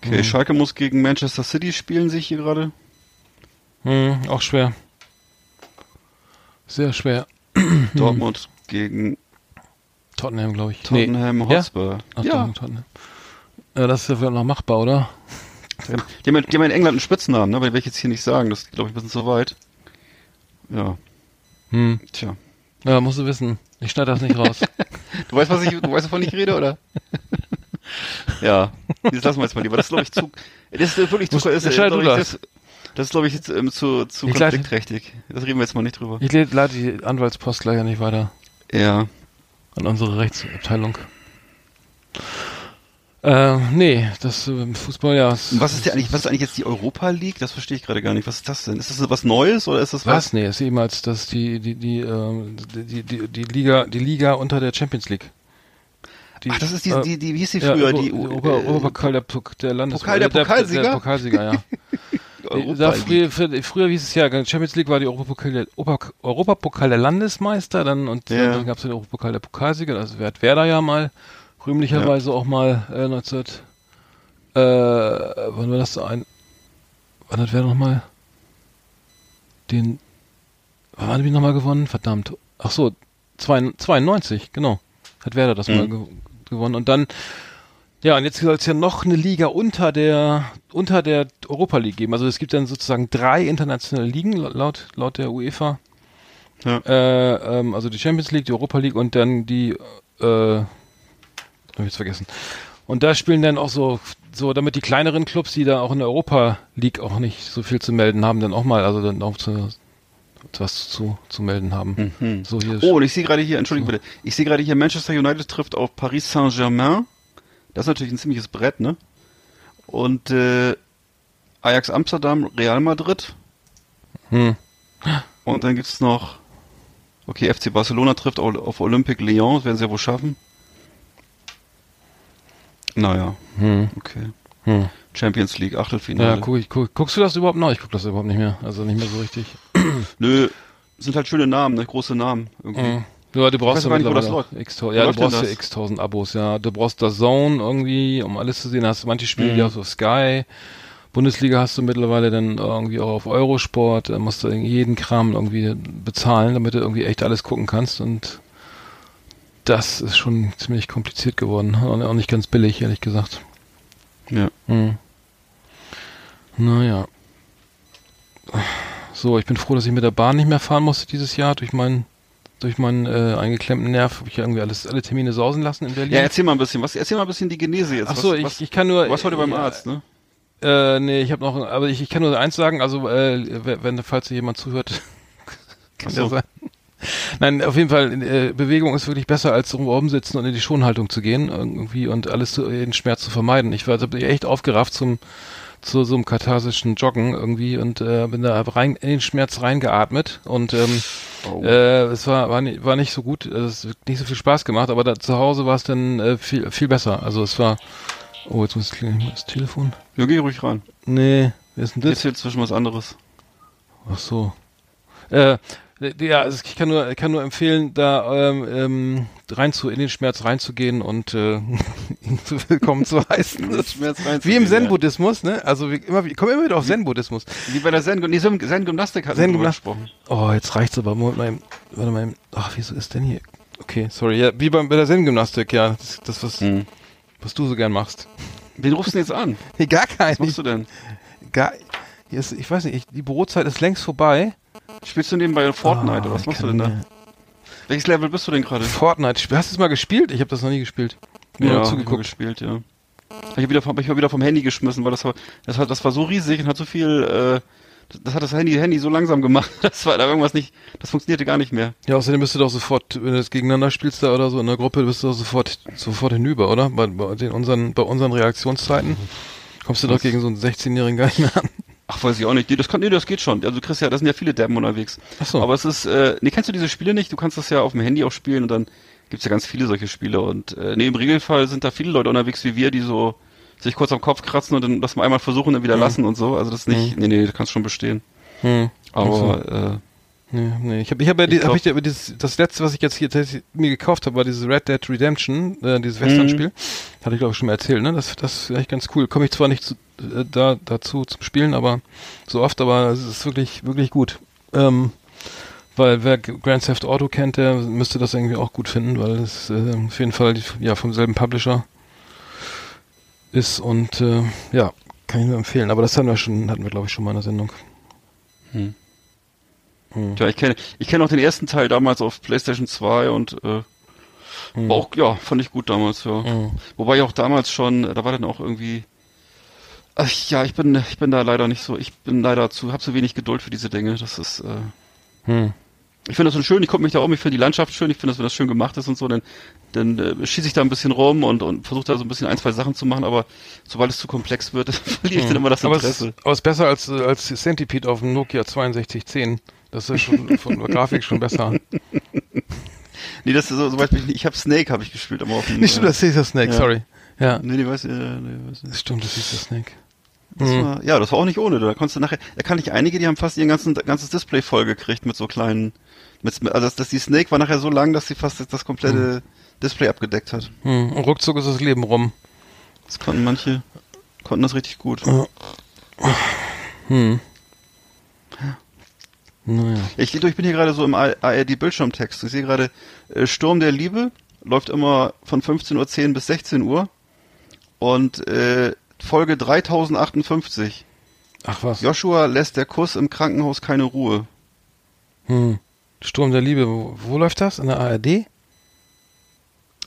Mhm. Okay, Schalke muss gegen Manchester City spielen, sehe ich hier gerade. Hm, auch schwer. Sehr schwer. Mhm. Dortmund gegen Tottenham, glaube ich. Nee. Tottenham Ja? Hotspur. Ach, Tottenham, Tottenham. Ja, das ist ja vielleicht noch machbar, oder? Die haben, die haben ja- die haben ja in England einen Spitznamen, ne? aber den will ich jetzt hier nicht sagen. Das ist, glaube ich, ein bisschen zu weit. Ja, Hm. tja. Ja, musst du wissen. Ich schneide das nicht raus. Du weißt, was ich, du weißt, wovon ich rede, oder? ja, das lassen wir jetzt mal lieber. Das ist, glaube ich, zu. Das ist wirklich zu. Muss- Das, ist, entscheid glaub du ich, das. das, das ist, glaube ich, jetzt ähm, zu, zu Ich leite- konfliktträchtig. Das reden wir jetzt mal nicht drüber. ich le- leite die Anwaltspost gleich ja nicht weiter Ja. an unsere Rechtsabteilung. Ähm, nee, das ähm, Fußball, ja. es- Und was ist denn eigentlich, was ist eigentlich jetzt die Europa League? Das verstehe ich gerade gar nicht. Was ist das denn? Ist das was Neues oder ist das Was? Nee, ist eben als das die, die, die, ähm, die, die, die, die Liga, die Liga unter der Champions League. Die, Ach, das ist die, äh, die, die wie hieß die ja, früher? Ober- die U- Ober, äh, Oberpokal der, Pok- der Landes Pokal der Pokalsieger? Der, Pokalsieger, ja. Europa da League. Äh, früher, früher, früher hieß es ja, Champions League war die Europapokal der, Ober- Europapokal der Landesmeister, dann und Ja. dann gab es den Europapokal der Pokalsieger, also wer hat Werder ja mal rühmlicherweise auch mal äh, 19 äh, wann war das so ein wann hat Werder nochmal den wann haben die nochmal gewonnen? Verdammt. Ach so, 92, genau. Hat Werder das Mhm. mal ge gewonnen und dann ja, und jetzt soll es ja noch eine Liga unter der unter der Europa League geben. Also es gibt dann sozusagen drei internationale Ligen la- laut laut der UEFA. Ja. Äh, ähm, also die Champions League, die Europa League und dann die äh, habe ich jetzt vergessen. Und da spielen dann auch so so damit die kleineren Clubs, die da auch in der Europa League auch nicht so viel zu melden haben, dann auch mal also dann auch zu, was zu zu melden haben. So hier Oh, und ich sehe gerade hier, entschuldige bitte, ich sehe gerade hier, Manchester United trifft auf Paris Saint-Germain. Das ist natürlich ein ziemliches Brett, ne? Und äh, Ajax Amsterdam, Real Madrid. Hm. Und dann gibt's noch, okay, FC Barcelona trifft au- auf Olympique Lyon, das werden sie ja wohl schaffen. Naja, Hm. okay. Hm. Champions League, Ja, Achtelfinale. guck ich, guck, guckst du das überhaupt noch? Ich guck das überhaupt nicht mehr. Also nicht mehr so richtig. Nö, sind halt schöne Namen, ne? große Namen. Irgendwie. Mhm. Ja, du brauchst Ich weiß ja gar nicht, wo mittlerweile das auch läuft. x ja, du läuft denn brauchst ja das? x tausend Abos, ja. Du brauchst das Zone irgendwie, um alles zu sehen. Hast du manche Spiele, Mhm. die hast du auf Sky. Bundesliga hast du mittlerweile dann irgendwie auch auf Eurosport. Da musst du jeden Kram irgendwie bezahlen, damit du irgendwie echt alles gucken kannst. Und das ist schon ziemlich kompliziert geworden. Und auch nicht ganz billig, ehrlich gesagt. Ja. Hm. Naja. So, ich bin froh, dass ich mit der Bahn nicht mehr fahren musste dieses Jahr. Durch meinen, durch meinen äh, eingeklemmten Nerv habe ich ja irgendwie alles, alle Termine sausen lassen in Berlin. ja, erzähl mal ein bisschen, was, erzähl mal ein bisschen die Genese jetzt. Ach so, was, ich, was, ich kann nur. du warst heute beim ja, Arzt, ne? Äh, nee, ich habe noch, aber ich, ich kann nur eins sagen. Also, äh, wenn- wenn falls hier jemand zuhört, kann Ach ja so. sein. Nein, auf jeden Fall, äh, Bewegung ist wirklich besser, als rum oben sitzen und in die Schonhaltung zu gehen irgendwie und alles zu, den Schmerz zu vermeiden. Ich war also echt aufgerafft zum zu so einem katharsischen Joggen irgendwie und äh, bin da rein in den Schmerz reingeatmet und ähm, Oh. äh, es war war nicht, war nicht so gut, äh, es hat nicht so viel Spaß gemacht, aber da, zu Hause war es dann äh, viel viel besser. Also es war Oh, jetzt muss ich klingeln, das Telefon. Ja, geh ruhig ran. Nee, wer ist denn das? Jetzt jetzt zwischen was anderes. Ach so. Äh, ja, also ich kann nur, ich kann nur empfehlen, da ähm, ähm, rein zu, in den Schmerz reinzugehen und äh, ihn zu willkommen zu heißen. In den Schmerz reinzugehen, wie im ja. Zen-Buddhismus, ne? Also wir, immer, wir kommen immer wieder auf Zen-Buddhismus. Wie bei der Zen, nee, Zen, Zen Gymnastik hat Zen Oh, jetzt reicht's aber. Moment mal, eben. warte mal. eben. Ach, wieso ist denn hier? Okay, sorry. Ja, wie beim, bei der Zen-Gymnastik, ja. Das, das was, Hm. was du so gern machst. Wen rufst du denn jetzt an? Nee, gar keinen. Was machst du denn? Ich, gar, hier ist, ich weiß nicht, ich, die Bürozeit ist längst vorbei. Spielst du nebenbei Fortnite oder was ich machst du Ah, kann denn da? mir- Welches Level bist du denn gerade? Fortnite. Hast du es mal gespielt? Ich habe das noch nie gespielt. Nur hab ich mal zugeguckt. gespielt, ja. Hab Ich wieder, vom- hab ich mal wieder vom Handy geschmissen, weil das war, das, hat, das war so riesig und hat so viel, äh, das- das hat das Handy, Handy so langsam gemacht. Das war da irgendwas nicht, das funktionierte gar nicht mehr. Ja, außerdem bist du doch sofort, wenn du das gegeneinander spielst da oder so in der Gruppe, bist du doch sofort, sofort hinüber, oder? Bei, bei, den unseren, bei unseren Reaktionszeiten kommst du doch gegen so einen 16-Jährigen gar nicht mehr an. Ach, weiß ich auch nicht. Nee, das, kann, nee, das geht schon. Also, du kriegst ja, da sind ja viele Deppen unterwegs. Ach so. Aber es ist, äh, nee, kennst du diese Spiele nicht? Du kannst das ja auf dem Handy auch spielen und dann gibt's ja ganz viele solche Spiele. Und äh, nee, im Regelfall sind da viele Leute unterwegs wie wir, die so sich kurz am Kopf kratzen und dann das mal einmal versuchen und dann Mhm. wieder lassen und so. Also das ist nicht, nee, nee, du kannst schon bestehen. Hm. Aber äh, Nee, nee. Ich habe ich hab ja, die, Ich glaub- hab ich ja dieses, das letzte, was ich jetzt hier tatsächlich mir gekauft habe, war dieses Red Dead Mhm. Redemption, äh, dieses Western-Spiel. Hatte ich glaube ich schon mal erzählt, ne? Das, das ist eigentlich ganz cool. Komme ich zwar nicht zu, äh, da dazu zum Spielen, aber so oft, aber es ist wirklich, wirklich gut. Ähm, weil wer G- Grand Theft Auto kennt, der müsste das irgendwie auch gut finden, weil es äh, auf jeden Fall die- ja vom selben Publisher ist und äh, ja, kann ich nur empfehlen. Aber das hatten wir schon, hatten wir glaube ich schon mal in der Sendung. Hm. Hm. Ja, ich kenne ich kenne auch den ersten Teil damals auf PlayStation 2 und äh, Hm. war auch, ja, fand ich gut damals, ja. Hm. Wobei ich auch damals schon, äh, da war dann auch irgendwie. Ach, ja, ich bin, ich bin da leider nicht so, ich bin leider zu, hab so wenig Geduld für diese Dinge. Das ist, äh, Hm. ich finde das so schön, ich gucke mich da um, ich finde die Landschaft schön, ich finde, dass wenn das schön gemacht ist und so, dann, dann äh, schieße ich da ein bisschen rum und, und versuche da so ein bisschen ein, zwei Sachen zu machen, aber sobald es zu komplex wird, verliere ich dann immer das Hm. Aber es Interesse. ist, aber es ist besser als, äh, als Centipede auf dem Nokia 6210. Das ist schon von der Grafik schon besser. nee, das ist so, soweit bin ich nicht. Ich habe Snake habe ich gespielt, aber auf dem, Nicht stimmt, das ist der Snake, Ja. sorry. Ja, Nee, nee, weiß, äh, nee, weiß nicht. das stimmt, das ist der Snake. Das Mhm. war, ja, das war auch nicht ohne. Da konntest du nachher, da kann ich einige, die haben fast ihr ganzen, ganzes Display voll gekriegt mit so kleinen, mit, also das, das, die Snake war nachher so lang, dass sie fast das, das komplette Display abgedeckt hat. Hm. Und ruckzuck ist das Leben rum. Das konnten manche, konnten das richtig gut. Hm. Naja. Ich, ich bin hier gerade so im ARD-Bildschirmtext. Ich sehe gerade äh, Sturm der Liebe, läuft immer von 15.10 Uhr bis 16 Uhr und äh, Folge 3058. Ach was. Joshua lässt der Kuss im Krankenhaus keine Ruhe. Hm. Sturm der Liebe, wo, wo läuft das? In der ARD?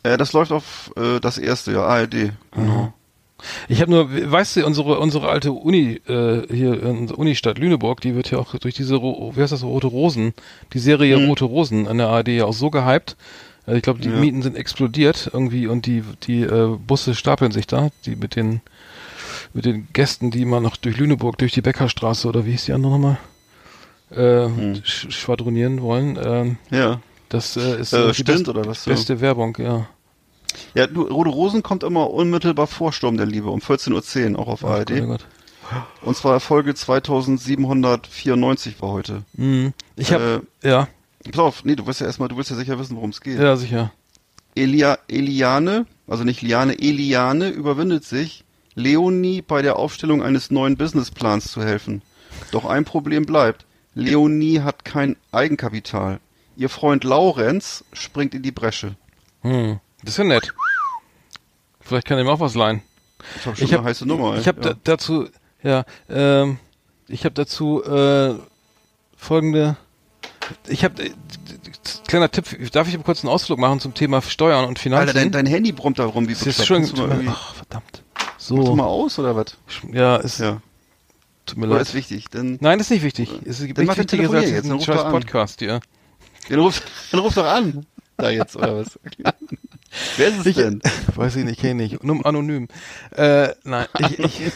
Äh, das läuft auf äh, das erste, ja, ARD. Genau. Ich habe nur, we- weißt du, unsere, unsere alte Uni, äh, hier, unsere Unistadt Lüneburg, die wird ja auch durch diese, Ro- wie heißt das, Rote Rosen, die Serie Mhm. Rote Rosen an der ARD ja auch so gehypt. Äh, ich glaube, die Ja. Mieten sind explodiert irgendwie und die, die äh, Busse stapeln sich da, die mit den, mit den Gästen, die immer noch durch Lüneburg, durch die Bäckerstraße oder wie hieß die andere nochmal, äh, Hm. sch schwadronieren wollen. Ähm, Ja. das äh, ist Äh, irgendwie stimmt, best- oder was? beste Werbung, ja. Ja, du, Rode Rosen kommt immer unmittelbar vor Sturm der Liebe um 14.10 Uhr, auch auf ARD. Gott, oh Gott. Und zwar Folge 2794 war heute. Mhm. Ich Äh, habe, ja, Pass auf, nee, du willst ja erstmal, du willst ja sicher wissen, worum es geht. ja, sicher. Elia, Eliane, also nicht Liane, Eliane überwindet sich, Leonie bei der Aufstellung eines neuen Businessplans zu helfen. Doch ein Problem bleibt. Leonie hat kein Eigenkapital. Ihr Freund Laurenz springt in die Bresche. Hm, das ist ja nett. Vielleicht kann er ihm auch was leihen. Ich habe schon Ich habe eine heiße Nummer. Ich habe ja. da, dazu, ja, ähm, ich habe dazu äh, folgende. Ich habe äh, kleiner Tipp. Darf ich kurz einen Ausflug machen zum Thema Steuern und Finanzen? Alter, dein, dein Handy brummt da rum wie das ist bekloppt. schon. Kannst du mal irgendwie- Ach verdammt. Machst du So. mal aus oder was? Ja, ist. Ja. Tut mir Oder leid. ist wichtig? Dann, Nein, das ist nicht wichtig. Es gibt Dann mach nichts den Wichtigeres Telefonier als jetzt, dann diesen ruf doch scheiß an. Podcast hier. dann, ruf, dann ruf doch an. Da jetzt, oder was? Wer ist es denn? Weiß ich nicht, kenne ich. Nur anonym. Äh, nein, ich, ich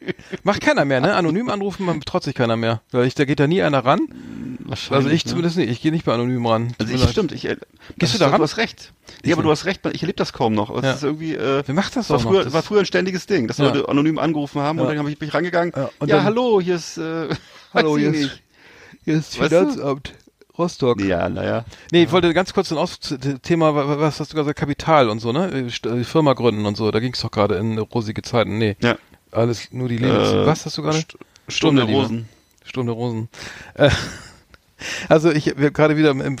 macht keiner mehr, ne? Anonym anrufen, man traut sich keiner mehr. Weil ich, da geht ja nie einer ran. Also ich ne? zumindest nicht. Ich gehe nicht bei anonym ran. Tut Also mir ich, leid. stimmt, ich, äh, Gehst du das- da ran? Du hast recht. Ja, aber du hast recht, ich erlebe das kaum noch. Aber Ja. Es ist irgendwie, äh, Wer macht das war auch noch? früher, Das- war früher ein ständiges Ding, dass Ja. Leute anonym angerufen haben und Ja. dann habe ich mich rangegangen. Ja, Ja, und dann- hallo, hier ist, äh, Hallo, weiß ich hier ist- nicht. Hier ist Weißt du? Finanzamt Rostock. Nee, Ja, naja. ich wollte ganz kurz ein Aus zu- Thema, wa- wa- was hast du gesagt, Kapital und so, ne? Äh, St- äh, Firma gründen und so. Da ging es doch gerade in rosige Zeiten. Nee, Ja. alles nur die Liebe. Äh, was hast du gerade? St- Sturm der Liebe. Rosen. Sturm der Rosen. Äh, Also ich habe gerade wieder im, im,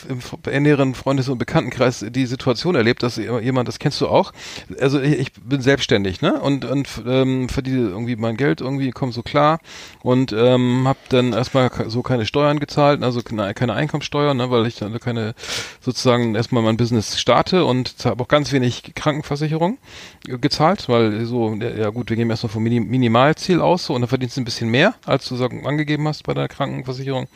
im näheren Freundes- und Bekanntenkreis die Situation erlebt, dass jemand, das kennst du auch, also ich, ich bin selbstständig, ne? Und, und ähm, verdiene irgendwie mein Geld, irgendwie komme so klar und ähm, habe dann erstmal ke- so keine Steuern gezahlt, also keine, keine Einkommensteuer, ne? Weil ich dann keine sozusagen erstmal mein Business starte und habe auch ganz wenig Krankenversicherung äh, gezahlt, weil so, ja gut, wir gehen erstmal vom Minim Minimalziel aus so, und dann verdienst du ein bisschen mehr, als du sagen, angegeben hast bei deiner Krankenversicherung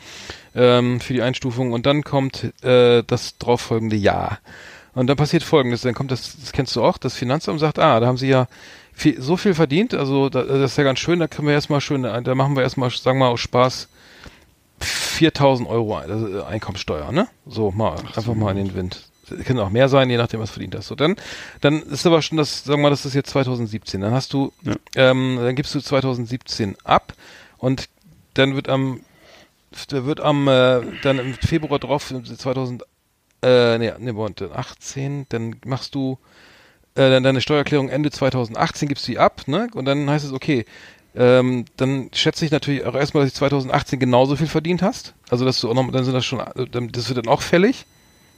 ähm, für die Einstufung und dann kommt äh, das drauf folgende Jahr. Und dann passiert folgendes, dann kommt das, das kennst du auch, das Finanzamt sagt, ah, da haben sie ja viel, so viel verdient, also da, das ist ja ganz schön, da können wir erstmal schön, da machen wir erstmal, sagen wir mal, aus Spaß 4000 Euro ein- also, äh, Einkommensteuer, ne? So, mal, einfach mal in den Wind. Kann auch mehr sein, je nachdem, was du verdient hast. So, dann, dann ist aber schon das, sagen wir mal, das ist jetzt 2017. Dann hast du, Ja. ähm, dann gibst du 2017 ab und dann wird am, der wird am, äh, dann im Februar drauf, 2000, äh, nee, nee, Moment, dann 18, dann machst du, äh, dann deine Steuererklärung Ende 2018 gibst du die ab, ne? Und dann heißt es, okay, ähm, dann schätze ich natürlich auch erstmal, dass du 2018 genauso viel verdient hast. Also dass du auch noch, dann sind das schon, äh, dann- das wird dann auch fällig.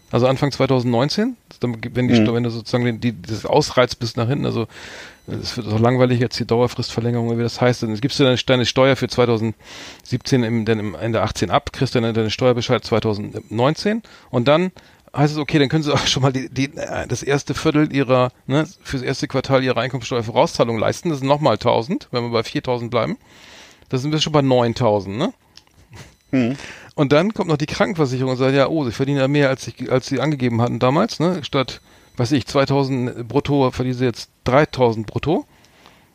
Also Anfang 2019, dann, wenn, die, Mhm. Steu- wenn du sozusagen den, die, das Ausreiz bis nach hinten, also es wird auch langweilig jetzt die Dauerfristverlängerung, wie das heißt, dann gibst du deine, deine Steuer für 2017 im, dann im Ende 18 ab, kriegst dann deine Steuerbescheid 2019 und dann heißt es, okay, dann können sie auch schon mal die, die, äh, das erste Viertel ihrer, ne, fürs erste Quartal ihrer Einkommensteuervorauszahlung leisten, das sind nochmal 1000, wenn wir bei 4000 bleiben, da sind wir schon bei 9000, ne? Hm. Und dann kommt noch die Krankenversicherung und sagt, ja, oh, sie verdienen ja mehr, als, ich, als sie angegeben hatten damals, ne? Statt, weiß ich, 2000 brutto verdienen sie jetzt 3000 brutto,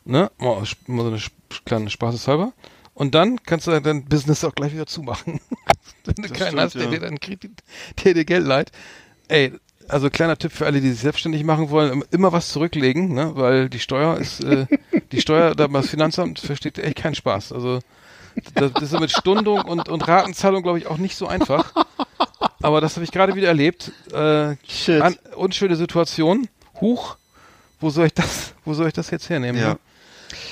ne? Mal, aus- mal so eine sch- kleine Spaßeshalber. Und dann kannst du dein Business auch gleich wieder zumachen. Wenn du Das keinen stimmt, hast, der ja. dir dann Kredit, der dir Geld leiht. Ey, also kleiner Tipp für alle, die sich selbstständig machen wollen, immer was zurücklegen, ne? weil die Steuer ist, äh, die Steuer, da das Finanzamt versteht echt keinen Spaß. Also das, das ist mit Stundung und, und Ratenzahlung, glaube ich, auch nicht so einfach. Aber das habe ich gerade wieder erlebt. Äh, Shit. an, unschöne Situation. Huch, wo soll ich das, wo soll ich das jetzt hernehmen? Ja. ne?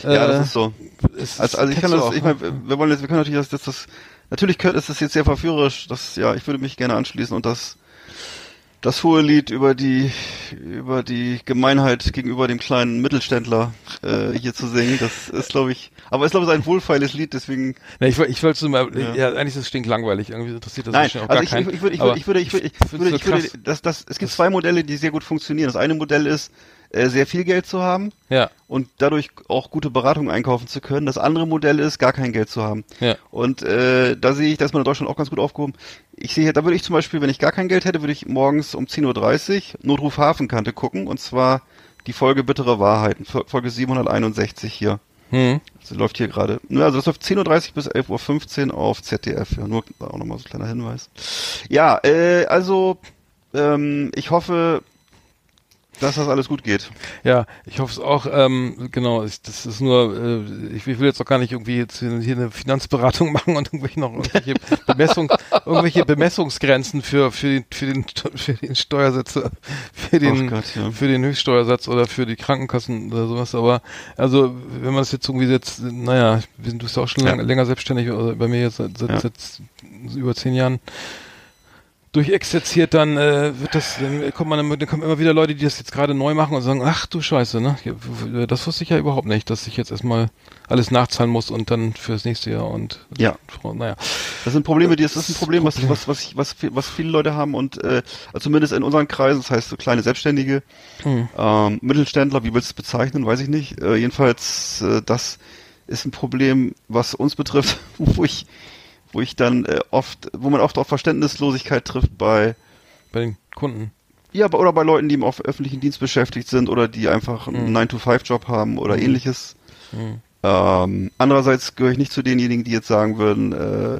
Ja, Äh, das ist so. es- Also, also ich kann kennst du das, auch, ich ne? meine, wir wollen jetzt, wir können natürlich das, das, das natürlich könnte, ist das jetzt sehr verführerisch, das, ja, ich würde mich gerne anschließen und das, das hohe Lied über die, über die Gemeinheit gegenüber dem kleinen Mittelständler äh, hier zu singen, das ist, glaube ich, aber ist, glaube ich, ein wohlfeiles Lied, deswegen, Na, ich, woll- ich wollte es nur mal, Ja. ja. eigentlich ist es stinklangweilig. Irgendwie interessiert das nein, wahrscheinlich also auch ich, gar ich, keinen. ich würde, ich Aber würde, ich würde, ich würde, ich find's würde, so ich würde, krass. das, das, es gibt Das- zwei Modelle, die sehr gut funktionieren. Das eine Modell ist, äh, sehr viel Geld zu haben, Ja, und dadurch auch gute Beratung einkaufen zu können. Das andere Modell ist, gar kein Geld zu haben. Ja. Und äh, da sehe ich, dass man in Deutschland auch ganz gut aufgehoben. Ich sehe, da würde ich zum Beispiel, wenn ich gar kein Geld hätte, würde ich morgens um 10.30 Uhr Notruf Hafenkante gucken und zwar die Folge Bittere Wahrheiten, Fol- Folge 761 hier. hm. Das läuft hier gerade. Ne, Also das läuft 10.30 Uhr bis 11.15 Uhr auf ZDF. Ja, nur auch nochmal so ein kleiner Hinweis. Ja, äh, also ähm, ich hoffe, dass das alles gut geht. Ja, ich hoffe es auch. Ähm, genau, ich, das ist nur, äh, ich, ich will jetzt auch gar nicht irgendwie jetzt hier hier eine Finanzberatung machen und irgendwelche noch irgendwelche, Bemessungs, irgendwelche Bemessungsgrenzen für für den für den für den Steuersatz, für den Oh Gott, ja. für den Höchststeuersatz oder für die Krankenkassen oder sowas. Aber also wenn man es jetzt irgendwie jetzt, naja, wir sind- du bist ja auch schon Ja. lang, länger selbstständig, also bei mir jetzt seit, seit, Ja. seit über zehn Jahren durchexerziert, dann äh, wird das, dann kommt man dann kommen immer wieder Leute, die das jetzt gerade neu machen und sagen, ach du Scheiße, ne? Hier, w- w- Das wusste ich ja überhaupt nicht, dass ich jetzt erstmal alles nachzahlen muss und dann fürs nächste Jahr und Ja. und, naja. Das sind Probleme, die, das ist ein Problem, was, was, was, ich, was, viel- was viele Leute haben und äh, zumindest in unseren Kreisen, das heißt so kleine Selbstständige, Hm. ähm, Mittelständler, wie willst du es bezeichnen, weiß ich nicht. Äh, jedenfalls, äh, das ist ein Problem, was uns betrifft, wo ich, wo ich dann äh, oft, wo man oft auf Verständnislosigkeit trifft bei, Bei den Kunden. ja, bei- oder bei Leuten, die im auf öffentlichen Dienst beschäftigt sind oder die einfach einen Mhm. 9-to-5-Job haben oder Mhm. ähnliches. Hm. Ähm, andererseits gehöre ich nicht zu denjenigen, die jetzt sagen würden, äh,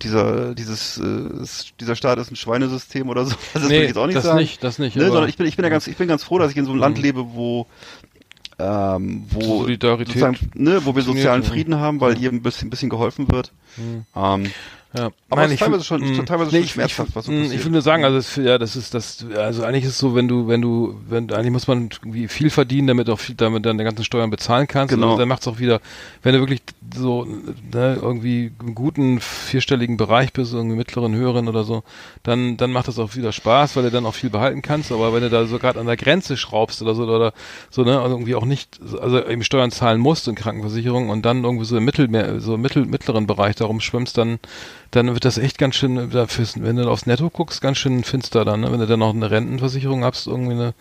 dieser, dieses, äh, s- dieser Staat ist ein Schweinesystem oder so. Also das will ich jetzt auch nicht das sagen. nicht, das nicht. ne, aber Mhm. sondern ich bin, ich bin ja ganz, ich bin ganz froh, dass ich in so einem Land lebe, wo, ähm, wo, Solidarität sozusagen, ne, wo wir funktioniert sozialen und- Frieden haben, weil jedem ein bisschen, bisschen geholfen wird. Hm. Ähm, Ja. Aber es ist teilweise fühl- schon- mm. schon- teilweise schon schmerzhaft, ich, was so mm, passiert. Ich will nur sagen, also es, ja, das ist das, also eigentlich ist es so, wenn du, wenn du, wenn eigentlich muss man irgendwie viel verdienen, damit auch viel, damit dann deine ganzen Steuern bezahlen kannst. Also Genau. Und dann macht's auch wieder, wenn du wirklich so ne, irgendwie im guten vierstelligen Bereich bist, irgendwie mittleren, höheren oder so, dann dann macht das auch wieder Spaß, weil du dann auch viel behalten kannst. Aber wenn du da so gerade an der Grenze schraubst oder so oder so ne, also irgendwie auch nicht, also eben Steuern zahlen musst und Krankenversicherung und dann irgendwie so im Mittelmeer, so im mittel, mittleren Bereich darum schwimmst, dann dann wird das echt ganz schön, da fürs- wenn du aufs Netto guckst, ganz schön finster dann, ne? wenn du dann noch eine Rentenversicherung hast, irgendwie eine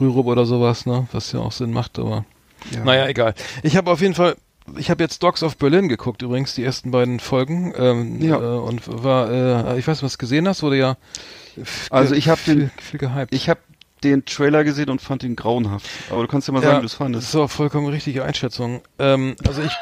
Rürup oder sowas, ne? was ja auch Sinn macht, aber ja. naja, egal. Ich habe auf jeden Fall, ich habe jetzt Dogs of Berlin geguckt übrigens, die ersten beiden Folgen ähm, Ja. äh, und war, äh, ich weiß nicht, was du gesehen hast, wurde ja f- Also ich hab viel, den- viel gehypt. Ich habe den Trailer gesehen und fand ihn grauenhaft. Aber du kannst ja mal sagen, wie du es Das fandest. ist auch vollkommen richtige Einschätzung. Ähm, also ich,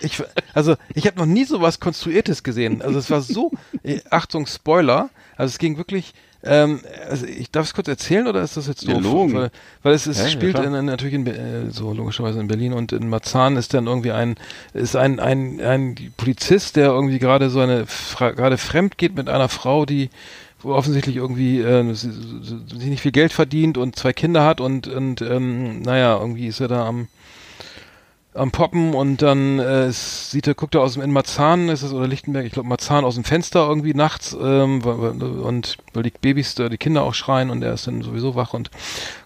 ich, also ich habe noch nie so was Konstruiertes gesehen. Also es war so, äh, Achtung, Spoiler. Also es ging wirklich, ähm, also ich darf es kurz erzählen oder ist das jetzt doof? Gelogen. Weil, weil es ist, Ja, ja, spielt klar. in, in, natürlich in, Be- äh, so logischerweise in Berlin und in Marzahn ist dann irgendwie ein, ist ein, ein, ein Polizist, der irgendwie gerade so eine, fra- gerade fremd geht mit einer Frau, die wo offensichtlich irgendwie äh, sie, sie sie nicht viel Geld verdient und zwei Kinder hat und und ähm, naja irgendwie ist er da am am Poppen und dann äh, es sieht er, guckt er aus dem in Marzahn ist es oder Lichtenberg, ich glaube Marzahn aus dem Fenster irgendwie nachts ähm, weil- weil- und weil die Babys, da die Kinder auch schreien und er ist dann sowieso wach und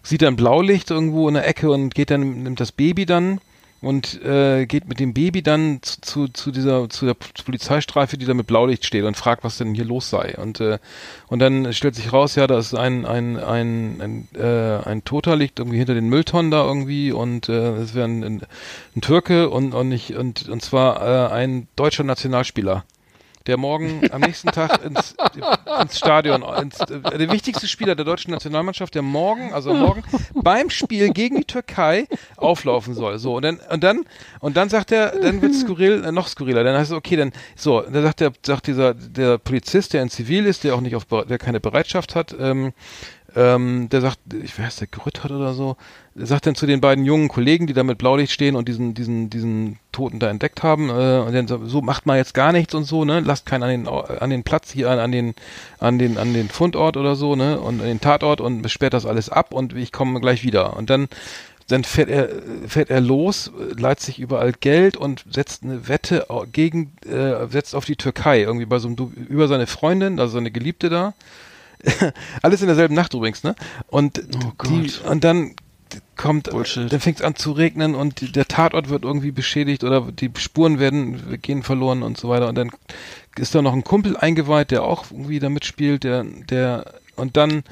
sieht dann Blaulicht irgendwo in der Ecke und geht dann nimmt das Baby dann und äh, geht mit dem Baby dann zu, zu, zu dieser zu der P- Polizeistreife, die da mit Blaulicht steht und fragt, was denn hier los sei. Und äh, und dann stellt sich raus, ja, da ist ein ein ein ein, äh, ein Toter liegt irgendwie hinter den Mülltonnen da irgendwie und äh, es wäre ein, ein, ein Türke und und nicht und und zwar äh, ein deutscher Nationalspieler der morgen am nächsten Tag ins, ins Stadion, ins, äh, der wichtigste Spieler der deutschen Nationalmannschaft, der morgen, also morgen beim Spiel gegen die Türkei auflaufen soll. So und dann und dann und dann sagt er, dann wird skurril, äh, noch skurriler. Dann heißt es okay, dann so, dann sagt der, sagt dieser der Polizist, der in Zivil ist, der auch nicht auf, Bere- der keine Bereitschaft hat. Ähm, ähm, der sagt, ich weiß, der Grüttert oder so, der sagt dann zu den beiden jungen Kollegen, die da mit Blaulicht stehen und diesen, diesen, diesen Toten da entdeckt haben, äh, und dann so, so macht mal jetzt gar nichts und so, ne, lasst keinen an den, Au- an den Platz hier, an, an den, an den, an den Fundort oder so, ne, und an den Tatort und sperrt das alles ab und ich komme gleich wieder. Und dann, dann fährt er, fährt er los, leiht sich überall Geld und setzt eine Wette au- gegen, äh, setzt auf die Türkei, irgendwie bei so einem, Du- über seine Freundin, also seine Geliebte da, alles in derselben Nacht übrigens, ne? Und, die, und dann kommt, Bullshit. dann fängt es an zu regnen und die, der Tatort wird irgendwie beschädigt oder die Spuren werden, gehen verloren und so weiter. Und dann ist da noch ein Kumpel eingeweiht, der auch irgendwie da mitspielt, der, der, und dann,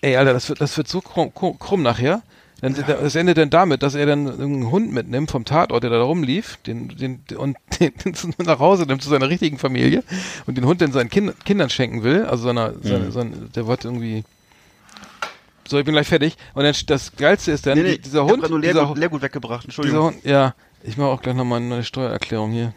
ey, Alter, das wird, das wird so krumm, krumm krumm nachher. Dann, Das endet dann damit, dass er dann einen Hund mitnimmt vom Tatort, der da rumlief, den, den, und den, zu- nach Hause nimmt zu seiner richtigen Familie und den Hund dann seinen kind, Kindern schenken will. Also seiner, Mhm. seine, sein, der wollte irgendwie. So, ich bin gleich fertig. Und dann st- das Geilste ist dann, Nee, nee, dieser ich hab Hund, grad nur dieser, Leergut, Leergut weggebracht, dieser Entschuldigung. Hund, ja, ich mache auch gleich nochmal eine neue Steuererklärung hier.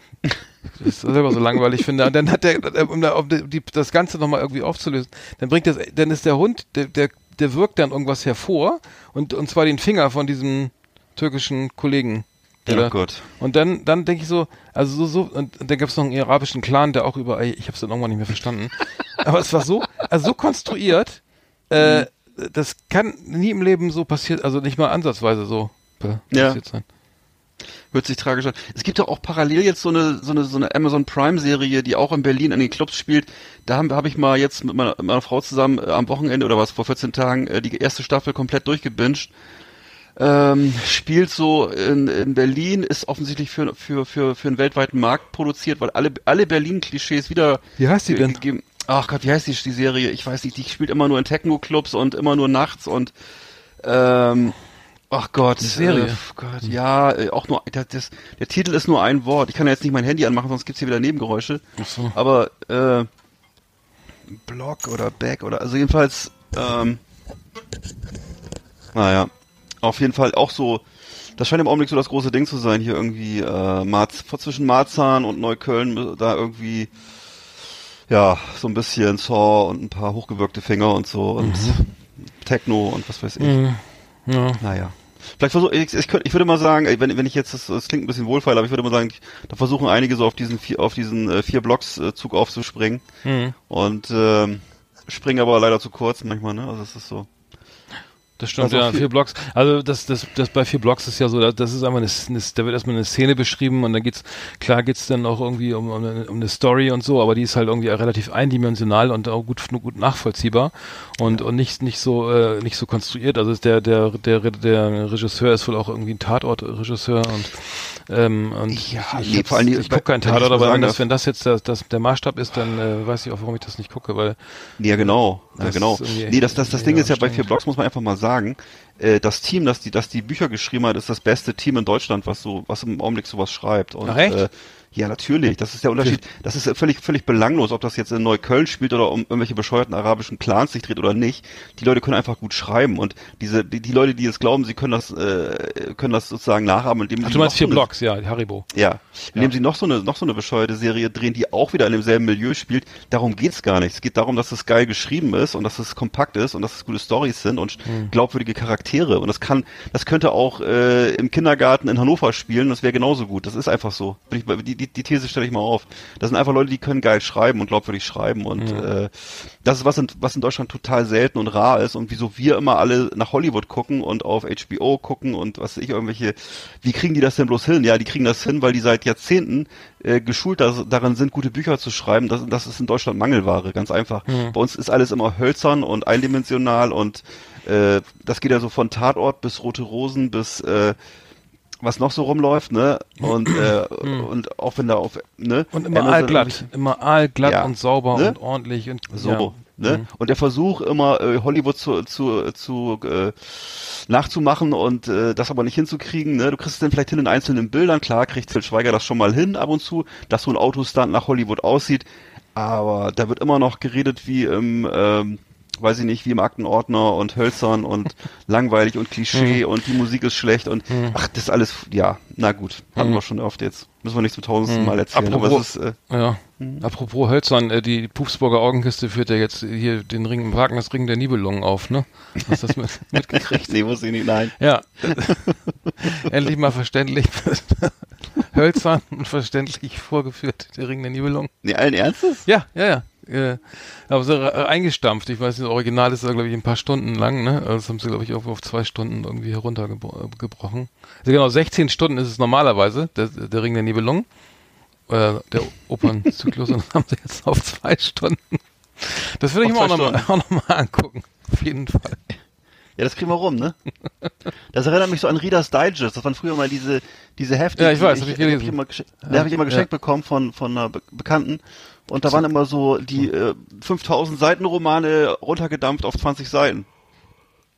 Das ist selber so langweilig finde. Und dann hat der, um, da, um die, das Ganze nochmal irgendwie aufzulösen, dann bringt das, dann ist der Hund, der, der, der wirkt dann irgendwas hervor und, und zwar den Finger von diesem türkischen Kollegen. der da- oh Gott. und dann, dann denke ich so, also so, so, und, und dann gab es noch einen arabischen Clan, der auch über, ich habe es dann irgendwann nicht mehr verstanden. Aber es war so, also so konstruiert, äh, das kann nie im Leben so passiert, also nicht mal ansatzweise so pa- Ja. passiert sein. Hört sich tragisch an. Es gibt doch auch parallel jetzt so eine, so eine, so eine Amazon Prime-Serie, die auch in Berlin in den Clubs spielt. Da habe hab ich mal jetzt mit meiner, mit meiner Frau zusammen äh, am Wochenende oder was, vor 14 Tagen, äh, die erste Staffel komplett durchgebinged. Ähm, spielt so in, in Berlin, ist offensichtlich für, für, für, für einen weltweiten Markt produziert, weil alle, alle Berlin-Klischees wieder. Wie heißt die denn? gegeben- Ach Gott, wie heißt die, die Serie? Ich weiß nicht, die spielt immer nur in Techno-Clubs und immer nur nachts und ähm, Ach Gott, Serie. Hm. Äh, pf, Gott, ja, äh, auch nur das, das, der Titel ist nur ein Wort. Ich kann ja jetzt nicht mein Handy anmachen, sonst gibt's hier wieder Nebengeräusche. Ach so. Aber äh, Block oder Back oder also jedenfalls ähm, naja, auf jeden Fall auch so das scheint im Augenblick so das große Ding zu sein hier irgendwie äh, Marz, vor zwischen Marzahn und Neukölln äh, da irgendwie ja, so ein bisschen Saw und ein paar hochgewirkte Finger und so und Mhm. Techno und was weiß ich. Ja. Naja. Vielleicht versuche ich, ich, könnte, ich würde mal sagen, ey, wenn, wenn ich jetzt, das, das klingt ein bisschen wohlfeil, aber ich würde mal sagen, da versuchen einige so auf diesen vier, auf diesen äh, vier Blocks äh, Zug aufzuspringen und ähm, springen aber leider zu kurz manchmal, ne? Also es ist so. Das stimmt, Also ja, viel- vier Blocks. Also das, das, das bei vier Blocks ist ja so, da- das ist einfach eine, S- eine S- da wird erstmal eine Szene beschrieben und dann geht's, klar geht's dann auch irgendwie um, um, eine, um eine Story und so, aber die ist halt irgendwie relativ eindimensional und auch gut, gut nachvollziehbar und, und nicht, nicht so, äh, nicht so konstruiert. Also ist der, der, der, der Regisseur ist wohl auch irgendwie ein Tatort-Regisseur und, ähm, und Ja, ich, nee, ich, vor allen Dingen- ich gucke keinen wenn ich Tatort, mal aber wenn sagen das, darf- wenn das jetzt das, das, der Maßstab ist, dann äh, weiß ich auch, warum ich das nicht gucke, weil Ja, genau. Ja, Das genau. ist irgendwie Nee, das, das, das echt Ding ist ja bei anstrengend. vier Blogs, muss man einfach mal sagen. Äh, das Team, das die, das die Bücher geschrieben hat, ist das beste Team in Deutschland, was so, was im Augenblick sowas schreibt. Und, Ach, echt? Äh, ja, natürlich. Das ist der Unterschied. Das ist äh, völlig, völlig belanglos, ob das jetzt in Neukölln spielt oder um irgendwelche bescheuerten arabischen Clans sich dreht oder nicht. Die Leute können einfach gut schreiben und diese, die, die Leute, die jetzt glauben, sie können das, äh, können das sozusagen nachahmen, indem Ach, sie du meinst noch vier so eine- Blocks, ja, Haribo. ja, indem sie noch so eine noch so eine bescheuerte Serie drehen, die auch wieder in demselben Milieu spielt. Darum geht's gar nicht. Es geht darum, dass es geil geschrieben ist und dass es kompakt ist und dass es gute Stories sind und glaubwürdige Charaktere. Und das kann, das könnte auch äh, im Kindergarten in Hannover spielen. Das wäre genauso gut. Das ist einfach so. Bin ich, bei- die, die, die These stelle ich mal auf. Das sind einfach Leute, die können geil schreiben und glaubwürdig schreiben und äh, das ist was in, was in Deutschland total selten und rar ist und wieso wir immer alle nach Hollywood gucken und auf HBO gucken und was weiß ich irgendwelche. Wie kriegen die das denn bloß hin? Ja, die kriegen das hin, weil die seit Jahrzehnten äh, geschult das, darin sind, gute Bücher zu schreiben. Das, das ist in Deutschland Mangelware, ganz einfach. Hm. Bei uns ist alles immer hölzern und eindimensional und äh, das geht ja so von Tatort bis Rote Rosen bis äh, was noch so rumläuft, ne? Und, äh, und auch wenn da auf, ne? Hm. Und immer Amazon aalglatt. Immer aalglatt Ja. und sauber Ne? und ordentlich. Und, so. ja. Mhm. Ne? Und der Versuch immer äh, Hollywood zu, zu, zu äh, nachzumachen und äh, das aber nicht hinzukriegen. Ne? Du kriegst es dann vielleicht hin in einzelnen Bildern. Klar kriegt Phil Schweiger das schon mal hin ab und zu, dass so ein Autostunt nach Hollywood aussieht. Aber da wird immer noch geredet wie im, ähm, weiß ich nicht, wie im Aktenordner und hölzern und langweilig und Klischee Mhm. und die Musik ist schlecht und ach, das ist alles, ja, na gut, hatten wir schon oft jetzt. Müssen wir nicht zum tausendsten Mal erzählen. aber Mhm. Apropos, es ist, äh, ja. Apropos Hölzern, äh, die Pufsburger Augenkiste führt ja jetzt hier den Ring im Wagen, das Ring der Nibelungen auf, ne? Hast du das mit, mitgekriegt? nee, muss ich nicht, nein. Ja. Endlich mal verständlich. Hölzern und verständlich vorgeführt, der Ring der Nibelungen. Nee, allen Ernstes? Ja, ja, ja. Äh, aber so äh, eingestampft. Ich weiß nicht, das Original ist da, glaube ich, ein paar Stunden lang, ne? Also Das haben sie, glaube ich, auf, auf zwei Stunden irgendwie heruntergebrochen. Also genau, 16 Stunden ist es normalerweise, der, der Ring der Nibelungen. Äh, der Opernzyklus und haben sie jetzt auf zwei Stunden. Das würde ich mir Auf auch zwei nochmal noch mal- auch noch mal angucken. Auf jeden Fall. Ja, das kriegen wir rum, ne? Das erinnert mich so an Reader's Digest. Das waren früher mal diese, diese Hefte. Ja, ich die weiß, hab ich gelesen. immer gesch- die habe ich immer geschenkt bekommen von, von einer Be Bekannten. Und da waren immer so die äh, 5000 Seiten Romane runtergedampft auf 20 Seiten.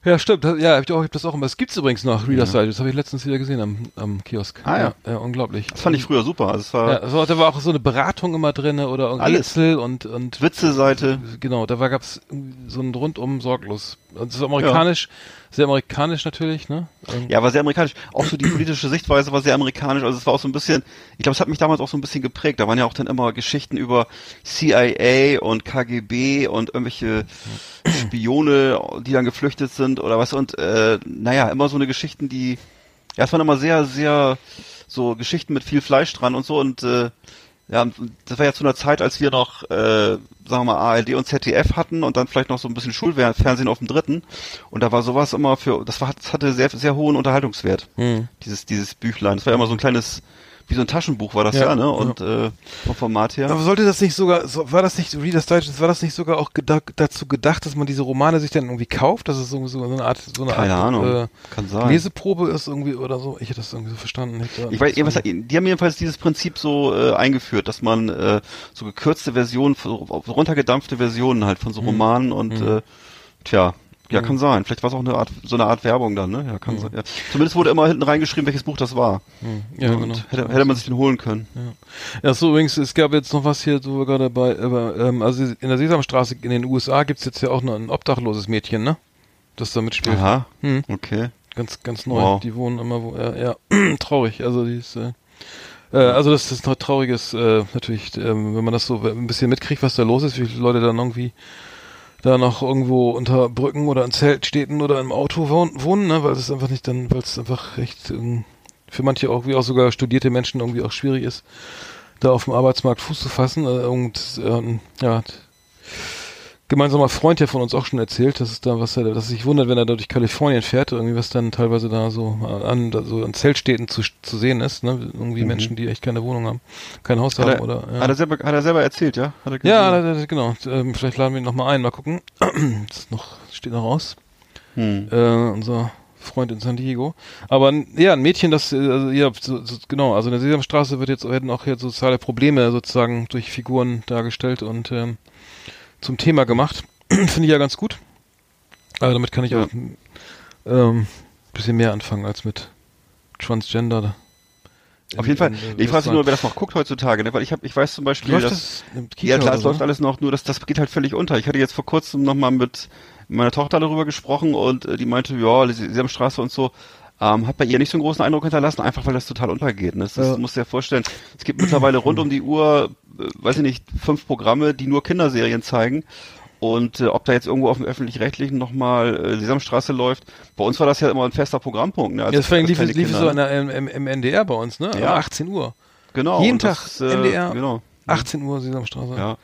Ja, stimmt. Das, ja, hab ich, auch, ich hab das auch immer. Das gibt's übrigens noch, Reader's Digest. Das habe ich letztens wieder gesehen am, am Kiosk. Ah, ja. ja. unglaublich. Das fand ich früher super. Also es war Mhm. Ja, so, da war auch so eine Beratung immer drinne oder irgendein Alles. Rätsel und, und Witze-Seite. Genau, da gab es so ein rundum sorglos. Das ist amerikanisch, sehr amerikanisch natürlich, ne? Ähm, Ja, war sehr amerikanisch. Auch so die politische Sichtweise war sehr amerikanisch. Also es war auch so ein bisschen, ich glaube, es hat mich damals auch so ein bisschen geprägt. Da waren ja auch dann immer Geschichten über CIA und KGB und irgendwelche Spione, die dann geflüchtet sind oder was. Und äh, naja, immer so eine Geschichten, die, ja, es waren immer sehr, sehr so Geschichten mit viel Fleisch dran und so. Und äh, ja, und das war ja zu einer Zeit, als wir noch, äh, sagen wir mal, ARD und ZDF hatten und dann vielleicht noch so ein bisschen Schulfernsehen auf dem dritten. Und da war sowas immer für, das, war, das hatte sehr, sehr hohen Unterhaltungswert, dieses, dieses Büchlein. Das war ja immer so ein kleines, wie so ein Taschenbuch war das Ja, ja, ne? Und äh, vom Format her. Aber sollte das nicht sogar, so, war das nicht, Reader's Digest, war das nicht sogar auch geda dazu gedacht, dass man diese Romane sich dann irgendwie kauft? Dass es so, so eine Art, so eine Keine Art Ahnung. Äh, Kann sein. Leseprobe ist irgendwie oder so? Ich hätte das irgendwie so verstanden. hätte Ich weiß, das jedenfalls, die haben jedenfalls dieses Prinzip so äh, eingeführt, dass man äh, so gekürzte Versionen, so runtergedampfte Versionen halt Mhm. von so Romanen und äh, tja, ja, kann sein. Vielleicht war es auch eine Art, so eine Art Werbung dann, ne? Ja, kann Mhm. sein. Ja. Zumindest wurde immer hinten reingeschrieben, welches Buch das war. ja, und genau. hätte, hätte man sich den holen können. Ja, so übrigens, es gab jetzt noch was hier, wo wir gerade bei, aber, ähm, also in der Sesamstraße in den USA gibt's jetzt ja auch noch ein obdachloses Mädchen, ne? Das da mitspielt. Aha. Hm. Okay. Ganz, ganz neu. Wow. Die wohnen immer wo. Ja, ja. traurig. Also die ist, äh, äh, also das ist noch trauriges, äh, natürlich, ähm, wenn man das so ein bisschen mitkriegt, was da los ist, wie viele Leute dann irgendwie da noch irgendwo unter Brücken oder in Zeltstädten oder im Auto wohnen, wohnen ne? weil es einfach nicht dann, weil es einfach echt ähm, für manche auch, wie auch sogar studierte Menschen irgendwie auch schwierig ist, da auf dem Arbeitsmarkt Fuß zu fassen. Äh, und ähm, ja, hat gemeinsamer Freund ja von uns auch schon erzählt, dass es da was, er- dass er sich wundert, wenn er da durch Kalifornien fährt, irgendwie was dann teilweise da so an, da so in Zeltstädten zu, zu sehen ist, ne? Irgendwie Menschen, die echt keine Wohnung haben, kein Haus Mhm. Hat haben er, oder. ja. hat, er selber, hat er selber erzählt, ja? Hat er Ja, da- gesehen? da- genau. Ähm, vielleicht laden wir ihn nochmal ein, mal gucken. Das ist noch, steht noch aus. Hm. Äh, unser Freund in San Diego. Aber n- ja, ein Mädchen, das, äh, also, ja, so, so, genau, also in der Sesamstraße wird jetzt, werden auch jetzt soziale Probleme sozusagen durch Figuren dargestellt und ähm, zum Thema gemacht. Finde ich ja ganz gut. Also damit kann ich Ja. auch ein ähm, bisschen mehr anfangen als mit Transgender. Auf jeden Fall. In- in- Ich frage mich Westland. nur, wer das noch guckt heutzutage, ne? Weil ich, hab, ich weiß zum Beispiel, Läuft dass. das im Kika Ja klar, oder es so, läuft ne? alles noch, nur das, das geht halt völlig unter. Ich hatte jetzt vor kurzem nochmal mit meiner Tochter darüber gesprochen und äh, die meinte, ja, Sesamstraße und so, ähm, hat bei ihr nicht so einen großen Eindruck hinterlassen, einfach weil das total untergeht. Ne? Das, das Ja. musst du dir vorstellen. Es gibt mittlerweile rund um die Uhr, äh, weiß ich nicht, fünf Programme, die nur Kinderserien zeigen. Und äh, ob da jetzt irgendwo auf dem öffentlich-rechtlichen nochmal äh, Sesamstraße läuft, bei uns war das ja immer ein fester Programmpunkt. Ne? Also, ja, deswegen als lief, kleine es- lief es Kinder, so ne? in der, im, im, im NDR bei uns, ne? Ja. Um 18 Uhr. Genau. Jeden und Tag äh, NDR. Genau. 18 Uhr Sesamstraße. Ja.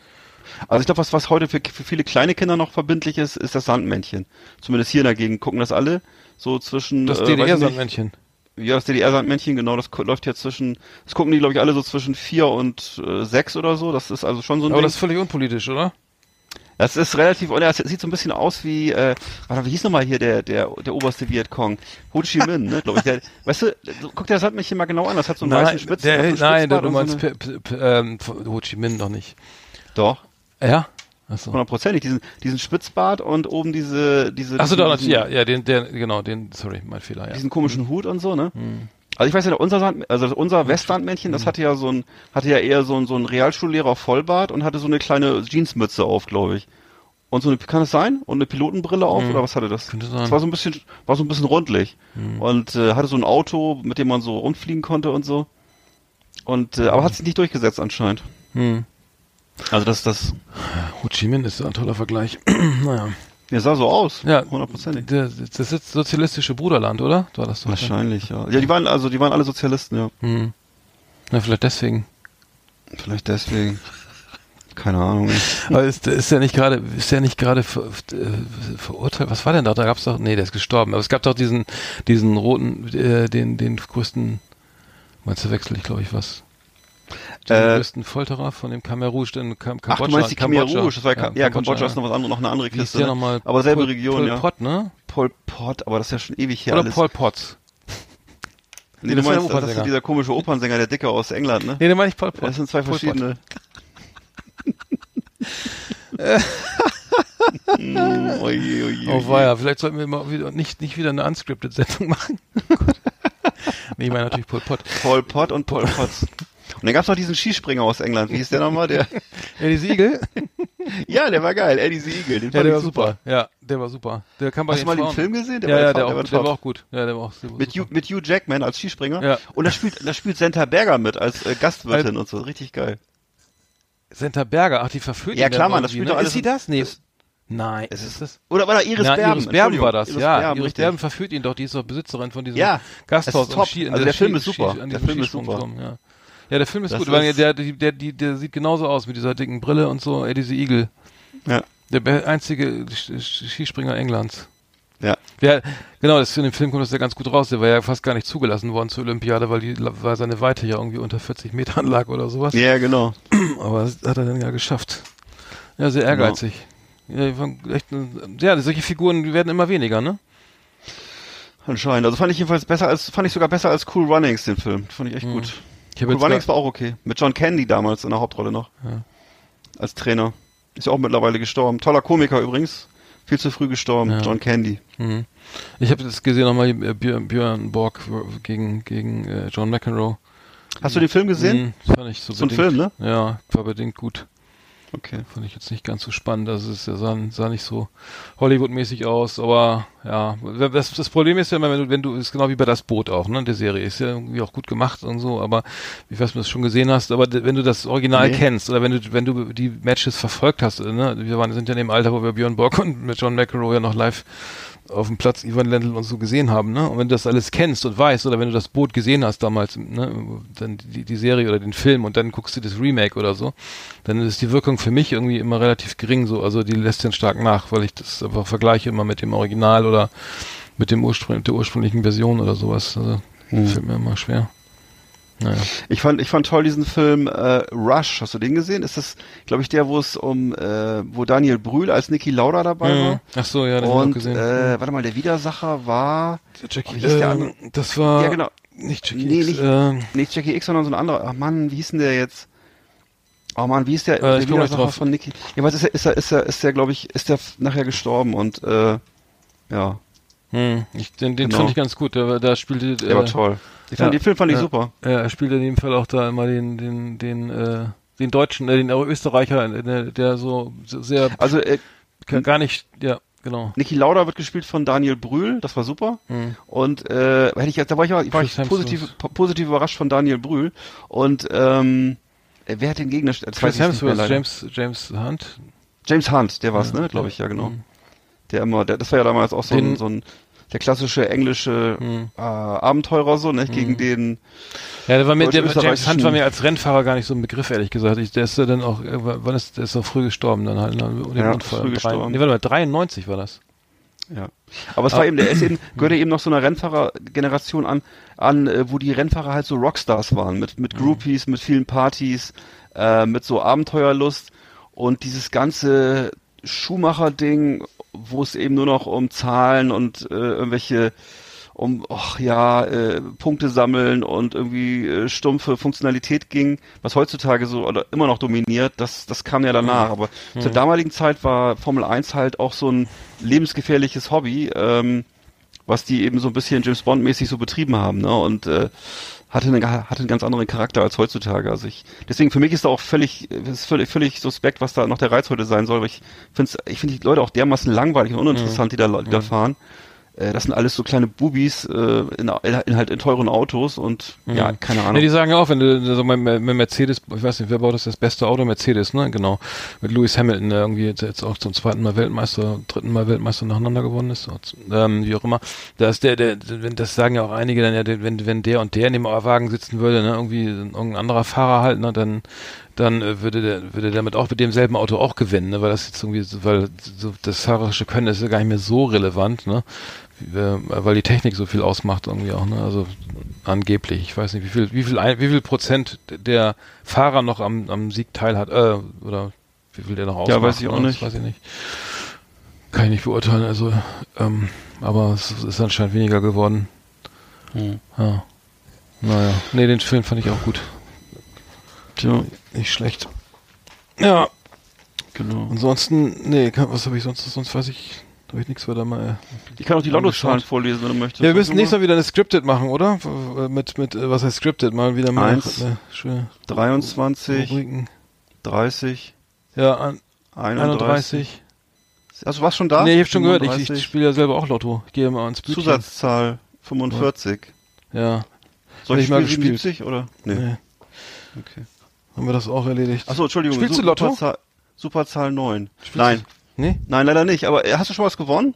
Also ich glaube, was, was heute für, für viele kleine Kinder noch verbindlich ist, ist das Sandmännchen. Zumindest hier in der Gegend gucken das alle. So zwischen Das äh, weiß ich nicht, DDR-Sandmännchen. Ja, das DDR-Sandmännchen, genau, das ko- läuft ja zwischen, das gucken die, glaube ich, alle so zwischen vier und äh, sechs oder so. Das ist also schon so ein Aber Ding. das ist völlig unpolitisch, oder? Das ist relativ, oder das sieht so ein bisschen aus wie, äh, warte, wie hieß nochmal hier der, der, der oberste Vietcong? Ho Chi Minh, ne, glaube ich. Der, weißt du, so- guck dir das Sandmännchen mal genau an, das hat so einen weißen Spitzen. der, hat so nein, einen der, Spitzbart du und meinst so eine, P- P- P- ähm, Ho Chi Minh doch nicht. Doch, Ja? Achso. hundertprozentig. Diesen, diesen Spitzbart und oben diese, diese. Achso, diesen, doch, diesen- ja, ja, den, der, genau, den, sorry, mein Fehler, ja. Mhm. diesen komischen Hut und so, ne? Also ich weiß ja, unser Sand, also unser Mhm. Westlandmännchen, das hatte ja so ein, hatte ja eher so ein, so ein Realschullehrer auf Vollbart und hatte so eine kleine Jeansmütze auf, glaube ich. Und so eine, kann es sein? Und eine Pilotenbrille auf oder was hatte das? Mhm. Könnte sein. Mhm. Das war so ein bisschen, war so ein bisschen rundlich. Und äh, hatte so ein Auto, mit dem man so rumfliegen konnte und so. Und äh, aber hat sich nicht durchgesetzt anscheinend. Hm. Also das, das, Ho Chi Minh ist ein toller Vergleich. naja. der sah so aus. Ja, hundertprozentig. Der- Das ist sozialistische Bruderland, oder? War das doch. Wahrscheinlich, ja. Ja, die waren, also die waren alle Sozialisten, ja. Hm. Na, vielleicht deswegen. Vielleicht deswegen. Keine Ahnung. ey. Aber ist, ist ja nicht gerade, ist ja nicht gerade ver, äh, verurteilt. Was war denn da? Da gab's doch, nee, der ist gestorben. Aber es gab doch diesen, diesen roten, äh, den, den größten, meinst du, wechsel ich glaube ich was? Den Äh, größten Folterer von dem Khmer Rouge in Kam Ach, Kambodscha. du meinst die Khmer Rouge? Das war ja, Ka- ja, Kambodscha ist ja. noch, was anderes, noch eine andere Wie ist Kiste. der ne? nochmal? aber selbe Pol- Region, Pol ja. Pot, ne? Pol Pot, aber das ist ja schon ewig her Oder alles. Pol Pot. nee, du das war der meinst, das ist Opernsänger. dieser komische Opernsänger, der Dicke aus England, ne? Nee, den meine ich Pol Pot. Das sind zwei Pol Pot. verschiedene. Mm, oje, oje, Oh oje. weia, vielleicht sollten wir mal wieder nicht, nicht wieder eine unscripted Sendung machen. nee, ich meine natürlich Pol Pot. Pol Pot und Pol Pot. Und dann gab's noch diesen Skispringer aus England. Wie hieß der nochmal? Der, Ja, die Siegel? ja, der war geil. Eddie Siegel. Den Ja, fand der ich war super. Ja, der war super. Der kam bei Hast du den mal den Frauen. Film gesehen? ja, ja, top, der, auch, der war top. auch gut. Ja, der war auch der war mit Hugh, super. mit Hugh Jackman als Skispringer. Ja. Und da spielt, da spielt Senta Berger mit als äh, Gastwirtin und so. Richtig geil. Senta Berger, ach, die verführt Ja, ihn dann klar, Mann, das irgendwie, spielt ne? doch alles Ist sie in- das? Nee. es- Nein, es ist das? Oder war da Iris Nein, Berben? Iris Berben war Entschuldigung, das, Iris ja. Berben, Iris richtig. Berben verführt ihn doch, die ist doch Besitzerin von diesem Ja, Gasthaus es ist top. am Ski- in Also der Film ist Ski- super. Ski- an Der diesem Film ist Skisprungturm, Ja. ja, der Film ist Das gut, weil ist- der, der, der, die- der sieht genauso aus mit dieser dicken Brille und so, ey, diese Igel. Ja. Der be- einzige Sch- Sch- Skispringer Englands. Ja. Ja, genau, das in dem Film kommt das ja ganz gut raus. Der war ja fast gar nicht zugelassen worden zur Olympiade, weil, die, weil seine Weite ja irgendwie unter 40 Metern lag oder sowas. ja, genau. Aber das hat er dann ja geschafft. Ja, sehr Genau. ehrgeizig. Ja, die waren echt, ein- ja, solche Figuren die werden immer weniger, ne? Anscheinend. Also fand ich jedenfalls besser als, fand ich sogar besser als Cool Runnings, den Film. Fand ich echt gut. Hm. Ich hab Cool jetzt gar- Runnings war auch okay. Mit John Candy damals in der Hauptrolle noch. Ja. Als Trainer. Ist ja auch mittlerweile gestorben. Toller Komiker übrigens. Viel zu früh gestorben. Ja. John Candy. Mhm. Ich habe das gesehen nochmal äh, Björn, Björn Borg gegen, gegen äh, John McEnroe. Hast du den Film gesehen? Mhm, fand ich so So ein bedingt- Film, ne? Ja, war bedingt gut. Okay. Fand ich jetzt nicht ganz so spannend. Also es sah, sah nicht so Hollywood-mäßig aus, aber ja, das, das Problem ist ja immer, wenn du, wenn du, ist genau wie bei das Boot auch, ne? Der Serie ist ja irgendwie auch gut gemacht und so, aber ich weiß, ob du das schon gesehen hast, aber d- wenn du das Original Nee. kennst oder wenn du, wenn du die Matches verfolgt hast, ne? Wir waren, sind ja in dem Alter, wo wir Björn Borg und mit John McEnroe ja noch live auf dem Platz Ivan Lendl und so gesehen haben, ne? Und wenn du das alles kennst und weißt, oder wenn du das Boot gesehen hast damals, ne, dann die, die Serie oder den Film und dann guckst du das Remake oder so, dann ist die Wirkung für mich irgendwie immer relativ gering so. Also die lässt dann stark nach, weil ich das einfach vergleiche immer mit dem Original oder mit dem Urspr mit der ursprünglichen Version oder sowas. Also Hm. fällt mir immer schwer. Naja. Ich fand, ich fand toll diesen Film äh, Rush. Hast du den gesehen? Ist das, glaube ich, der, wo es um, äh, wo Daniel Brühl als Niki Lauda dabei Mhm. Ach so, ja, war? den habe ich auch Und gesehen. äh, warte mal, der Widersacher war wie hieß der andere? Ähm, das war Ja, genau. nicht Jackie Nee, X, nicht- ähm, nicht Jackie X, sondern so ein anderer. Ach Mann, wie hieß denn der jetzt? Oh Mann, wie ist der, Äh, der ich komm gleich drauf. von Niki? Ja, was ist er, ist er, ist er, ist der, glaube ich, ist der f- nachher gestorben und äh, ja, hm, ich, den, den Genau. fand ich ganz gut. Der, war- da spielte der äh, war toll. Ich fand, ja. den Film fand ich Ja. super. Ja, er spielt in dem Fall auch da immer den, den, den, äh, den Deutschen, äh, den Österreicher, äh, der, der so sehr, Also äh, gar nicht, ja, genau. Niki Lauda wird gespielt von Daniel Brühl, das war super. Hm. Und äh, hätte ich jetzt, da war ich, auch- war ich Chris positiv, Hemsworth. po- positiv überrascht von Daniel Brühl. Und ähm, äh, wer hat den Gegner? das weiß Chris ich jetzt nicht mehr Hemsworth, leider. James, James Hunt. James Hunt, der war es, Ja, ne? Glaube ich, ja genau. Mhm. Der immer, der, das war ja damals auch so Den- Hm. ein, so ein der klassische englische äh, Abenteurer so, ne? Gegen den Ja, der war mir, der, James Deutsch-österreichischen- Hunt war mir als Rennfahrer gar nicht so ein Begriff, ehrlich gesagt. Ich, der ist ja dann auch, äh, wann ist, der ist doch früh gestorben dann halt, ne? Und Ja, Unfall. früh Drei- gestorben. Nee, warte mal, 93 war das. Ja. Aber es war eben, der ist eben, gehörte eben noch so einer Rennfahrergeneration an, an, äh, wo die Rennfahrer halt so Rockstars waren, mit, mit Groupies, mit vielen Partys, äh, mit so Abenteuerlust und dieses ganze Schuhmacher-Ding, wo es eben nur noch um Zahlen und äh, irgendwelche um, ach ja, äh, Punkte sammeln und irgendwie äh, stumpfe Funktionalität ging, was heutzutage so oder immer noch dominiert, das, das kam ja danach. Aber zur damaligen Zeit war Formel 1 halt auch so ein lebensgefährliches Hobby, ähm, was die eben so ein bisschen James Bond-mäßig so betrieben haben, ne? Und äh, hatte, einen, hatte einen ganz anderen Charakter als heutzutage. Also ich, deswegen für mich ist da auch völlig, ist völlig, völlig suspekt, was da noch der Reiz heute sein soll, weil ich finde ich finde die Leute auch dermaßen langweilig Mhm. und uninteressant, die da, die da fahren. Äh, das sind alles so kleine Bubis äh, in, in, halt in teuren Autos und ja, keine Ahnung. Mhm. Nee, die sagen ja auch, wenn du so mit, mit Mercedes, ich weiß nicht, wer baut das das beste Auto? Mercedes, ne? Genau. Mit Lewis Hamilton, der irgendwie jetzt, jetzt auch zum zweiten Mal Weltmeister, dritten Mal Weltmeister nacheinander geworden ist, oder z- ähm, wie auch immer. Da ist der, der, wenn- das sagen ja auch einige dann ja, der- wenn, wenn der und der in dem Wagen sitzen würde, ne, irgendwie irgendein anderer Fahrer halt, ne, dann dann äh, würde der würde damit auch mit demselben Auto auch gewinnen, ne? weil das jetzt irgendwie, so- weil so das fahrerische Können ist ja gar nicht mehr so relevant, ne? Wie, äh, weil die Technik so viel ausmacht irgendwie auch, ne? Also angeblich, ich weiß nicht, wie viel, wie viel, ein, wie viel Prozent der Fahrer noch am, am Sieg teilhat, äh, oder wie viel der noch ausmacht. weiß ich auch ne? nicht. Das weiß ich nicht. Kann ich nicht beurteilen, also, ähm, aber es ist anscheinend weniger geworden. Hm. Ja. Naja. Nee, den Film fand ich auch gut. Tja, Nicht schlecht. Ja, genau. ansonsten, nee, kann- was habe ich sonst, sonst weiß ich, habe ich nichts weiter mal. äh, Ich kann auch die Lottozahlen vorlesen, wenn du möchtest. Ja, wir müssen Warte nächstes mal. Mal wieder eine Scripted machen, oder? Mit, mit, was heißt Scripted? Mal wieder mal mal Eins. eine schöne 23, Rubriken. 30, Ja, an, 31. 31. Also warst schon da? Nee, ich habe schon gehört, ich, ich 35. spiele ja selber auch Lotto. Ich gehe mal ins Büchchen. Zusatzzahl 45. Ja, Soll ich Nicht mal mal gespielt. 77 oder? Nee. Nee. Okay. haben wir das auch erledigt. Achso, Entschuldigung. Spielst Su- du Lotto? Superzahl, Superzahl 9. du- Nein. Nee? Nein, leider nicht. Aber äh, hast du schon was gewonnen?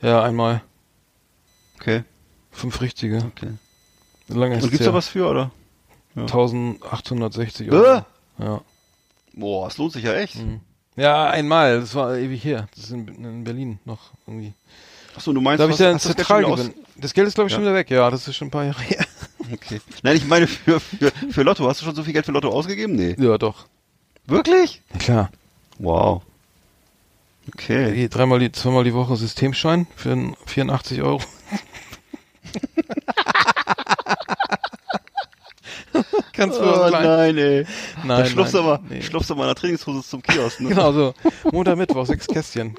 Ja, einmal. Okay. Fünf richtige. okay. Wie lange ist Und gibt's her? da was für, oder? 1860 Äh? Euro. Ja. Boah, es lohnt sich ja Hm. echt. ja, einmal. Das war ewig her. Das ist in, in Berlin noch irgendwie. Achso, du meinst, Da habe ich was- ja einen hast du das Geld Zentral schon wieder aus- gewinnen. Das Geld ist, glaube ich, schon Ja. wieder weg. Ja, das ist schon ein paar Jahre her. Okay. Nein, ich meine für, für, für Lotto. Hast du schon so viel Geld für Lotto ausgegeben? Nee. Ja, doch. Wirklich? Klar. Wow. Okay. Äh, Die, dreimal die, zweimal die Woche Systemschein für n- 84 Euro. Ganz für Oh uns klein. nein, ey. Nein, Da schlupfst du aber, nein, nee. schlupfst du mal in der Trainingshose zum Kiosk, ne? Genau so. Montag, Mittwoch, sechs Kästchen.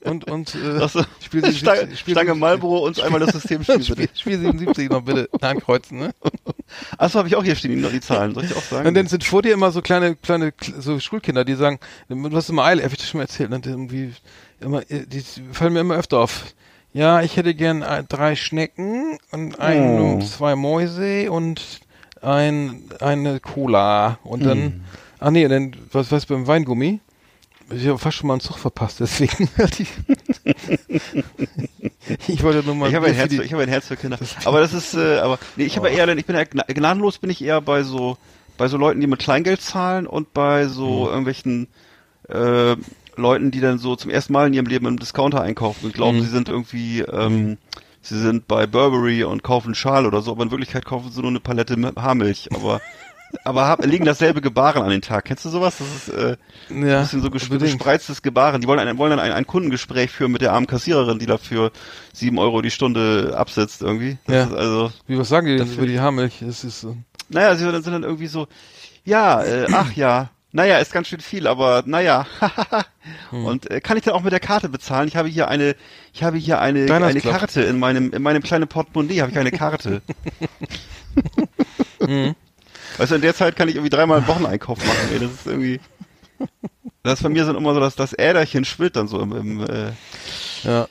Und, und, äh, Achso, Spiel sie- Stange, Spiel- Stange Marlboro und einmal das System spielen. Spiel, Spiel 77 noch bitte. Nein, kreuzen, ne? Achso, habe ich auch hier stehen, die Zahlen, soll ich auch sagen? Und dann sind vor dir immer so kleine, kleine, Kl- so Schulkinder, die sagen, du hast immer Eile, hab ich das schon mal erzählt, ne? Die irgendwie, immer, äh, die fallen mir immer öfter auf. Ja, ich hätte gern äh, drei Schnecken und ein, Oh. zwei Mäuse und ein, eine Cola. Und dann, Hm. ach nee, dann, was, was beim Weingummi? Ich habe fast schon mal einen Zug verpasst, deswegen. ich wollte nur mal. ich habe ein für Herz, die- für, ich habe ein Herz für Kinder. Aber das ist, äh, aber nee, ich habe eher, ich bin eher gna- gnadenlos, bin ich eher bei so bei so Leuten, die mit Kleingeld zahlen und bei so irgendwelchen äh, Leuten, die dann so zum ersten Mal in ihrem Leben im Discounter einkaufen und glauben, sie sind irgendwie, ähm, sie sind bei Burberry und kaufen Schal oder so, aber in Wirklichkeit kaufen sie nur eine Palette mit Haarmilch. Aber aber hab, legen dasselbe Gebaren an den Tag. Kennst du sowas? Das ist äh, ja, ein bisschen so gesp unbedingt. gespreiztes Gebaren. Die wollen, ein, wollen dann ein, ein Kundengespräch führen mit der armen Kassiererin, die dafür sieben Euro die Stunde absitzt irgendwie. Das Ja. ist also, Wie was sagen die denn Das über die Haarmilch? Das ist so. naja, sie sind dann irgendwie so, ja, äh, ach ja, naja, ist ganz schön viel, aber naja. Hm. Und äh, kann ich dann auch mit der Karte bezahlen? Ich habe hier eine, ich habe hier eine, Diners eine Club. Karte in meinem, in meinem kleinen Portemonnaie habe ich eine Karte. Hm. Weißt du, Also in der Zeit kann ich irgendwie dreimal einen Wocheneinkauf machen, ey, das ist irgendwie. Das bei mir sind immer so, dass das Äderchen schwillt dann so im, im äh, Ja.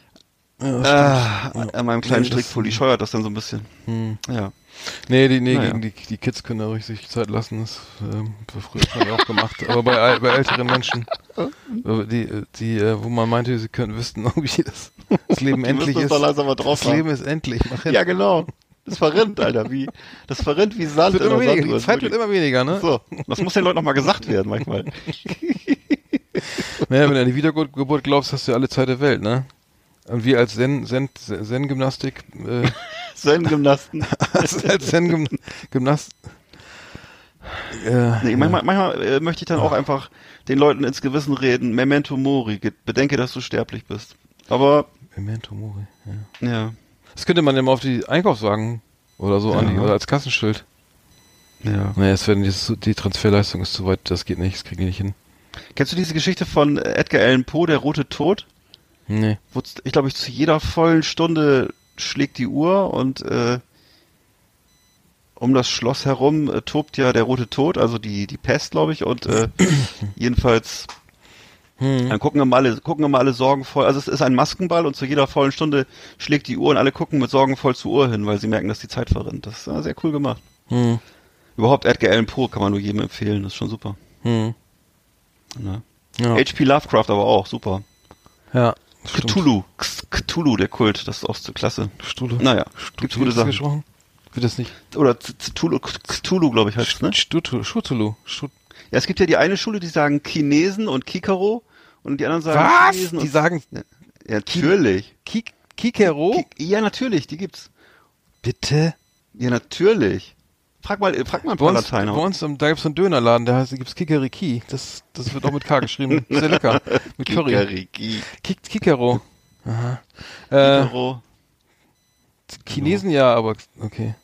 Ah, an meinem kleinen Nee, das- Strickpulli scheuert das dann so ein bisschen. Hm. Ja. Nee, die, nee Naja. gegen die, die Kids können da ruhig sich Zeit lassen. Das ähm, das früher hat man ja auch gemacht. Aber bei, äl- bei älteren Menschen, äh, die, äh, die, äh, wo man meinte, sie könnten wüssten, irgendwie das, das Leben Die müssen endlich das ist. doch langsam mal drauf das haben. Leben ist endlich. Mach hin. ja, genau. Das verrinnt, Alter. Wie, das verrinnt wie Sand es wird in immer der weniger. Die Sanduhr. Zeit wird immer weniger, ne? genau, so, das muss den Leuten nochmal gesagt werden manchmal. Naja, wenn du an die Wiedergeburt glaubst, hast du ja alle Zeit der Welt, ne? Und wir als Zen- Zen- Zen-Gymnastik, äh, Zen-Gymnasten. als als Zen-Gymnast. Äh, Nee, manchmal manchmal äh, möchte ich dann auch einfach den Leuten ins Gewissen reden. Memento mori, ge- bedenke, dass du sterblich bist. Aber, Memento Mori. Ja. ja, Das könnte man ja mal auf die Einkaufswagen oder so Ja. anlegen, oder als Kassenschild. ja. Naja, es werden die, die Transferleistung ist zu weit, das geht nicht, das kriegen die nicht hin. Kennst du diese Geschichte von äh, Edgar Allan Poe, der rote Tod? Nee. Wo z- ich glaube, ich zu jeder vollen Stunde schlägt die Uhr und äh, um das Schloss herum äh, tobt ja der rote Tod, also die, die Pest, glaube ich. Und äh, jedenfalls Dann gucken immer alle, gucken immer alle sorgenvoll. Also es ist ein Maskenball und zu jeder vollen Stunde schlägt die Uhr und alle gucken mit sorgenvoll zur Uhr hin, weil sie merken, dass die Zeit verrinnt. Das ist ja, sehr cool gemacht. Hm. Überhaupt Edgar Allan Poe kann man nur jedem empfehlen. Das ist schon super. Hm. Ne? Ja. H.P. Lovecraft aber auch super. ja. Cthulhu, X- Cthulhu, der Kult, das ist auch so klasse. Stuhle. Naja, Stuhle. gibt's gute Sachen. gesprochen? Wird das nicht? Oder Z- Cthulhu, Cthulhu glaube ich heißt ne? Stutulu. Stutulu. Stut Ja, es gibt ja die eine Schule, die sagen Chinesen und Kikaro und die anderen sagen Chinesen Die und sagen Oh. ja, natürlich. Kik Kikero? Ki- Ja, natürlich, die gibt's. Bitte? Ja, natürlich. Frag mal, äh, frag mal ein Bei paar uns, Lateiner. bei uns im, da gibt's einen Dönerladen, der heißt, da gibt's Kikeriki. Das, das wird auch mit K geschrieben. Sehr lecker. Mit Curry. Äh, Kikariki. Kik Kikero. Aha. Äh, Kikaro, Chinesen ja, aber okay.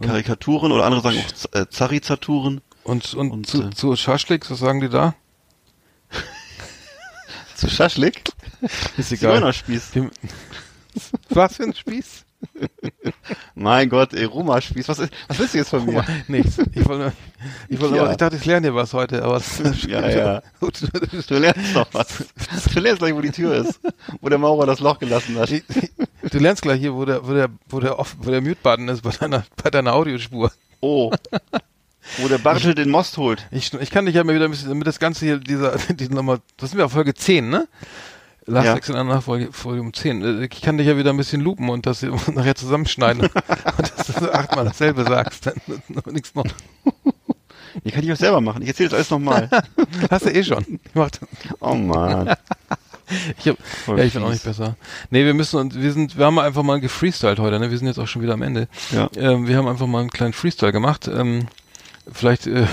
Karikaturen oder andere sagen auch Z- äh, Zarizaturen. Und, und, Und, zu, äh, zu Schaschlik, was sagen die da? Zu Schaschlik? Ist Zigeunerspieß. Wir- Was für ein Spieß? Mein Gott, ey, Roma-Spieß. Was, ist- was willst du jetzt von mir? Nichts. Ich, wollte, nur- ich, wollte, Ja. nur- ich dachte, ich lerne dir was heute, aber es Ja, ja. Du lernst doch was. Du lernst gleich, wo die Tür ist. Wo der Maurer das Loch gelassen hat. du lernst gleich hier, wo der, wo der, wo der, off- wo der Mute-Button ist bei deiner, bei deiner Audiospur. Oh. Wo der Bartel den Most holt. Ich, ich kann dich ja mal wieder ein bisschen, damit das Ganze hier, dieser, die nochmal, das sind wir auf Folge 10, ne? Last Ja. Exit in einer Nachfolge, Folge um 10. Äh, Ich kann dich ja wieder ein bisschen lupen und das hier nachher zusammenschneiden. und dass du achtmal dasselbe sagst, dann ist noch nichts noch. Die kann ich auch selber machen. Ich erzähle das alles nochmal. Hast du eh schon. Ich mach das. Oh Mann. Ich hab, Voll ja, ich bin auch fies. nicht besser. Nee, wir müssen uns, wir sind, wir haben einfach mal gefreestylt heute, ne? Wir sind jetzt auch schon wieder am Ende. Ja. Ähm, wir haben einfach mal einen kleinen Freestyle gemacht. Ähm, vielleicht äh,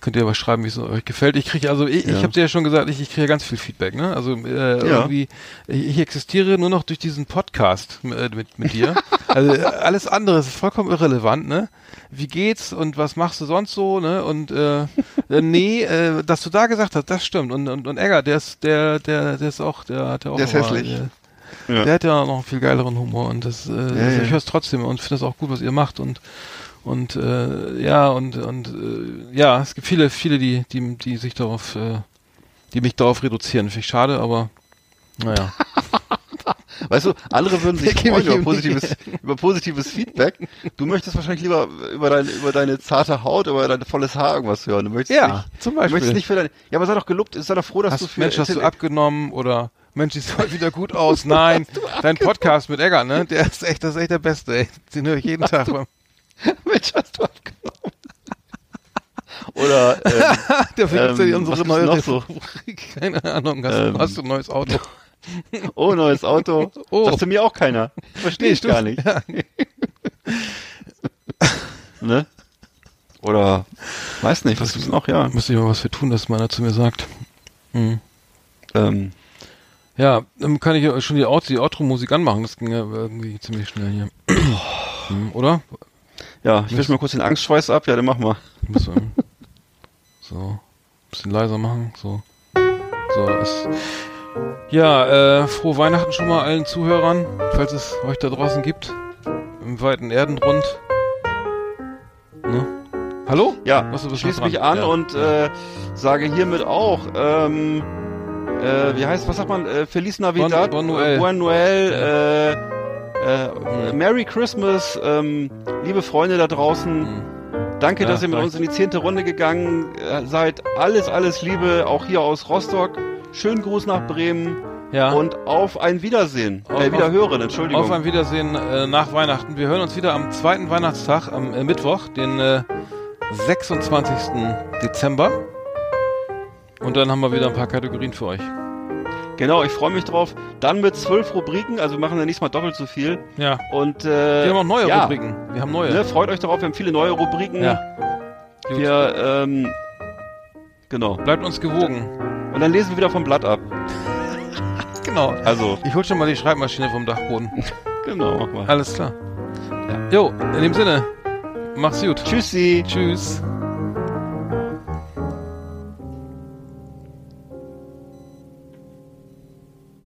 könnt ihr aber schreiben, wie es euch gefällt. Ich kriege also, ich, Ja. ich habe dir ja schon gesagt, ich, ich kriege ja ganz viel Feedback, ne? Also äh, irgendwie, ich, ich existiere nur noch durch diesen Podcast äh, mit, mit dir. also äh, alles andere ist vollkommen irrelevant, ne? Wie geht's und was machst du sonst so, ne? Und äh, äh, nee, äh, dass du da gesagt hast, das stimmt. Und und, und Egger, der ist, der, der, der ist auch, der hat ja auch Der ist nochmal, hässlich. äh, Ja. der hat ja noch einen viel geileren Humor und das, äh, ja. ich höre es trotzdem und finde es auch gut, was ihr macht und und äh, ja und und äh, ja, es gibt viele, viele, die die die sich darauf, äh, die mich darauf reduzieren. Finde ich schade, aber naja. Weißt du, andere würden sich Ich gebe freuen über ihm positives, über positives Feedback. Du möchtest wahrscheinlich lieber über, dein, über deine zarte Haut, über dein volles Haar irgendwas hören. Du möchtest Ja, nicht, zum Beispiel. Du möchtest nicht für deine, ja, aber sei doch gelobt, sei doch froh, dass du Hast, für Mensch, hast du Intelli- abgenommen oder Mensch, siehst heute wieder gut aus? Nein, dein Podcast mit Egger, ne? Der ist echt, das ist echt der Beste. Ey. Den höre ich jeden Tag. beim- Mensch, hast du abgenommen. Oder ähm, Dafür gibt's ja Ähm, die unsere was gibt's neue noch so? Rubrik. Keine Ahnung, hast, Ähm. hast du ein neues Auto? oh, neues Auto. Oh. Sagst du mir auch keiner. Verstehe Nee, ich gar nicht. ne? Oder weiß nicht, was gibt's noch, ja. Müsste ich mal was für tun, dass meiner zu mir sagt. Hm. Ähm, Ja, dann kann ich ja schon die, Out die Outro-Musik anmachen. Das ging ja irgendwie ziemlich schnell hier. Hm, Oder? ja, ich wische mal kurz den Angstschweiß ab, ja, dann mach mal. Ich muss, ähm, so, bisschen leiser machen. So. So, ist. Ja, äh, frohe Weihnachten schon mal allen Zuhörern, falls es euch da draußen gibt. Im weiten Erdenrund. Ne? Hallo? Ja, Was, du bist noch schließe mich äh, dran. an Ja, und ja. äh, sage hiermit auch, ähm, äh, wie heißt, was sagt man? Äh, Feliz Navidad, Bon- Bon Noël. Buen Noel, äh, äh, Merry Christmas, ähm, liebe Freunde da Mhm. draußen. Danke, Ja, dass ihr mit danke. uns in die zehnte Runde gegangen äh, seid. Alles, alles Liebe, auch hier aus Rostock. Schönen Gruß nach Bremen Ja. und auf ein Wiedersehen. Auf- äh, Wiederhören, Entschuldigung. Auf ein Wiedersehen äh, nach Weihnachten. Wir hören uns wieder am zweiten Weihnachtstag, am äh, Mittwoch, den äh, 26. Dezember. Und dann haben wir wieder ein paar Kategorien für euch. genau, ich freue mich drauf. Dann mit zwölf Rubriken, also wir machen wir nächstes Mal doppelt so viel. Ja. Und äh, Wir haben auch neue ja, Rubriken. Wir haben neue. Ne, freut euch darauf, wir haben viele neue Rubriken. Ja. Gut. Wir, ähm, genau. Bleibt uns gewogen. Und dann lesen wir wieder vom Blatt ab. Genau. Also, Ich hol schon mal die Schreibmaschine vom Dachboden. genau. mach mal. Alles klar. Jo, in dem Sinne, mach's gut. Tschüssi. Tschüss.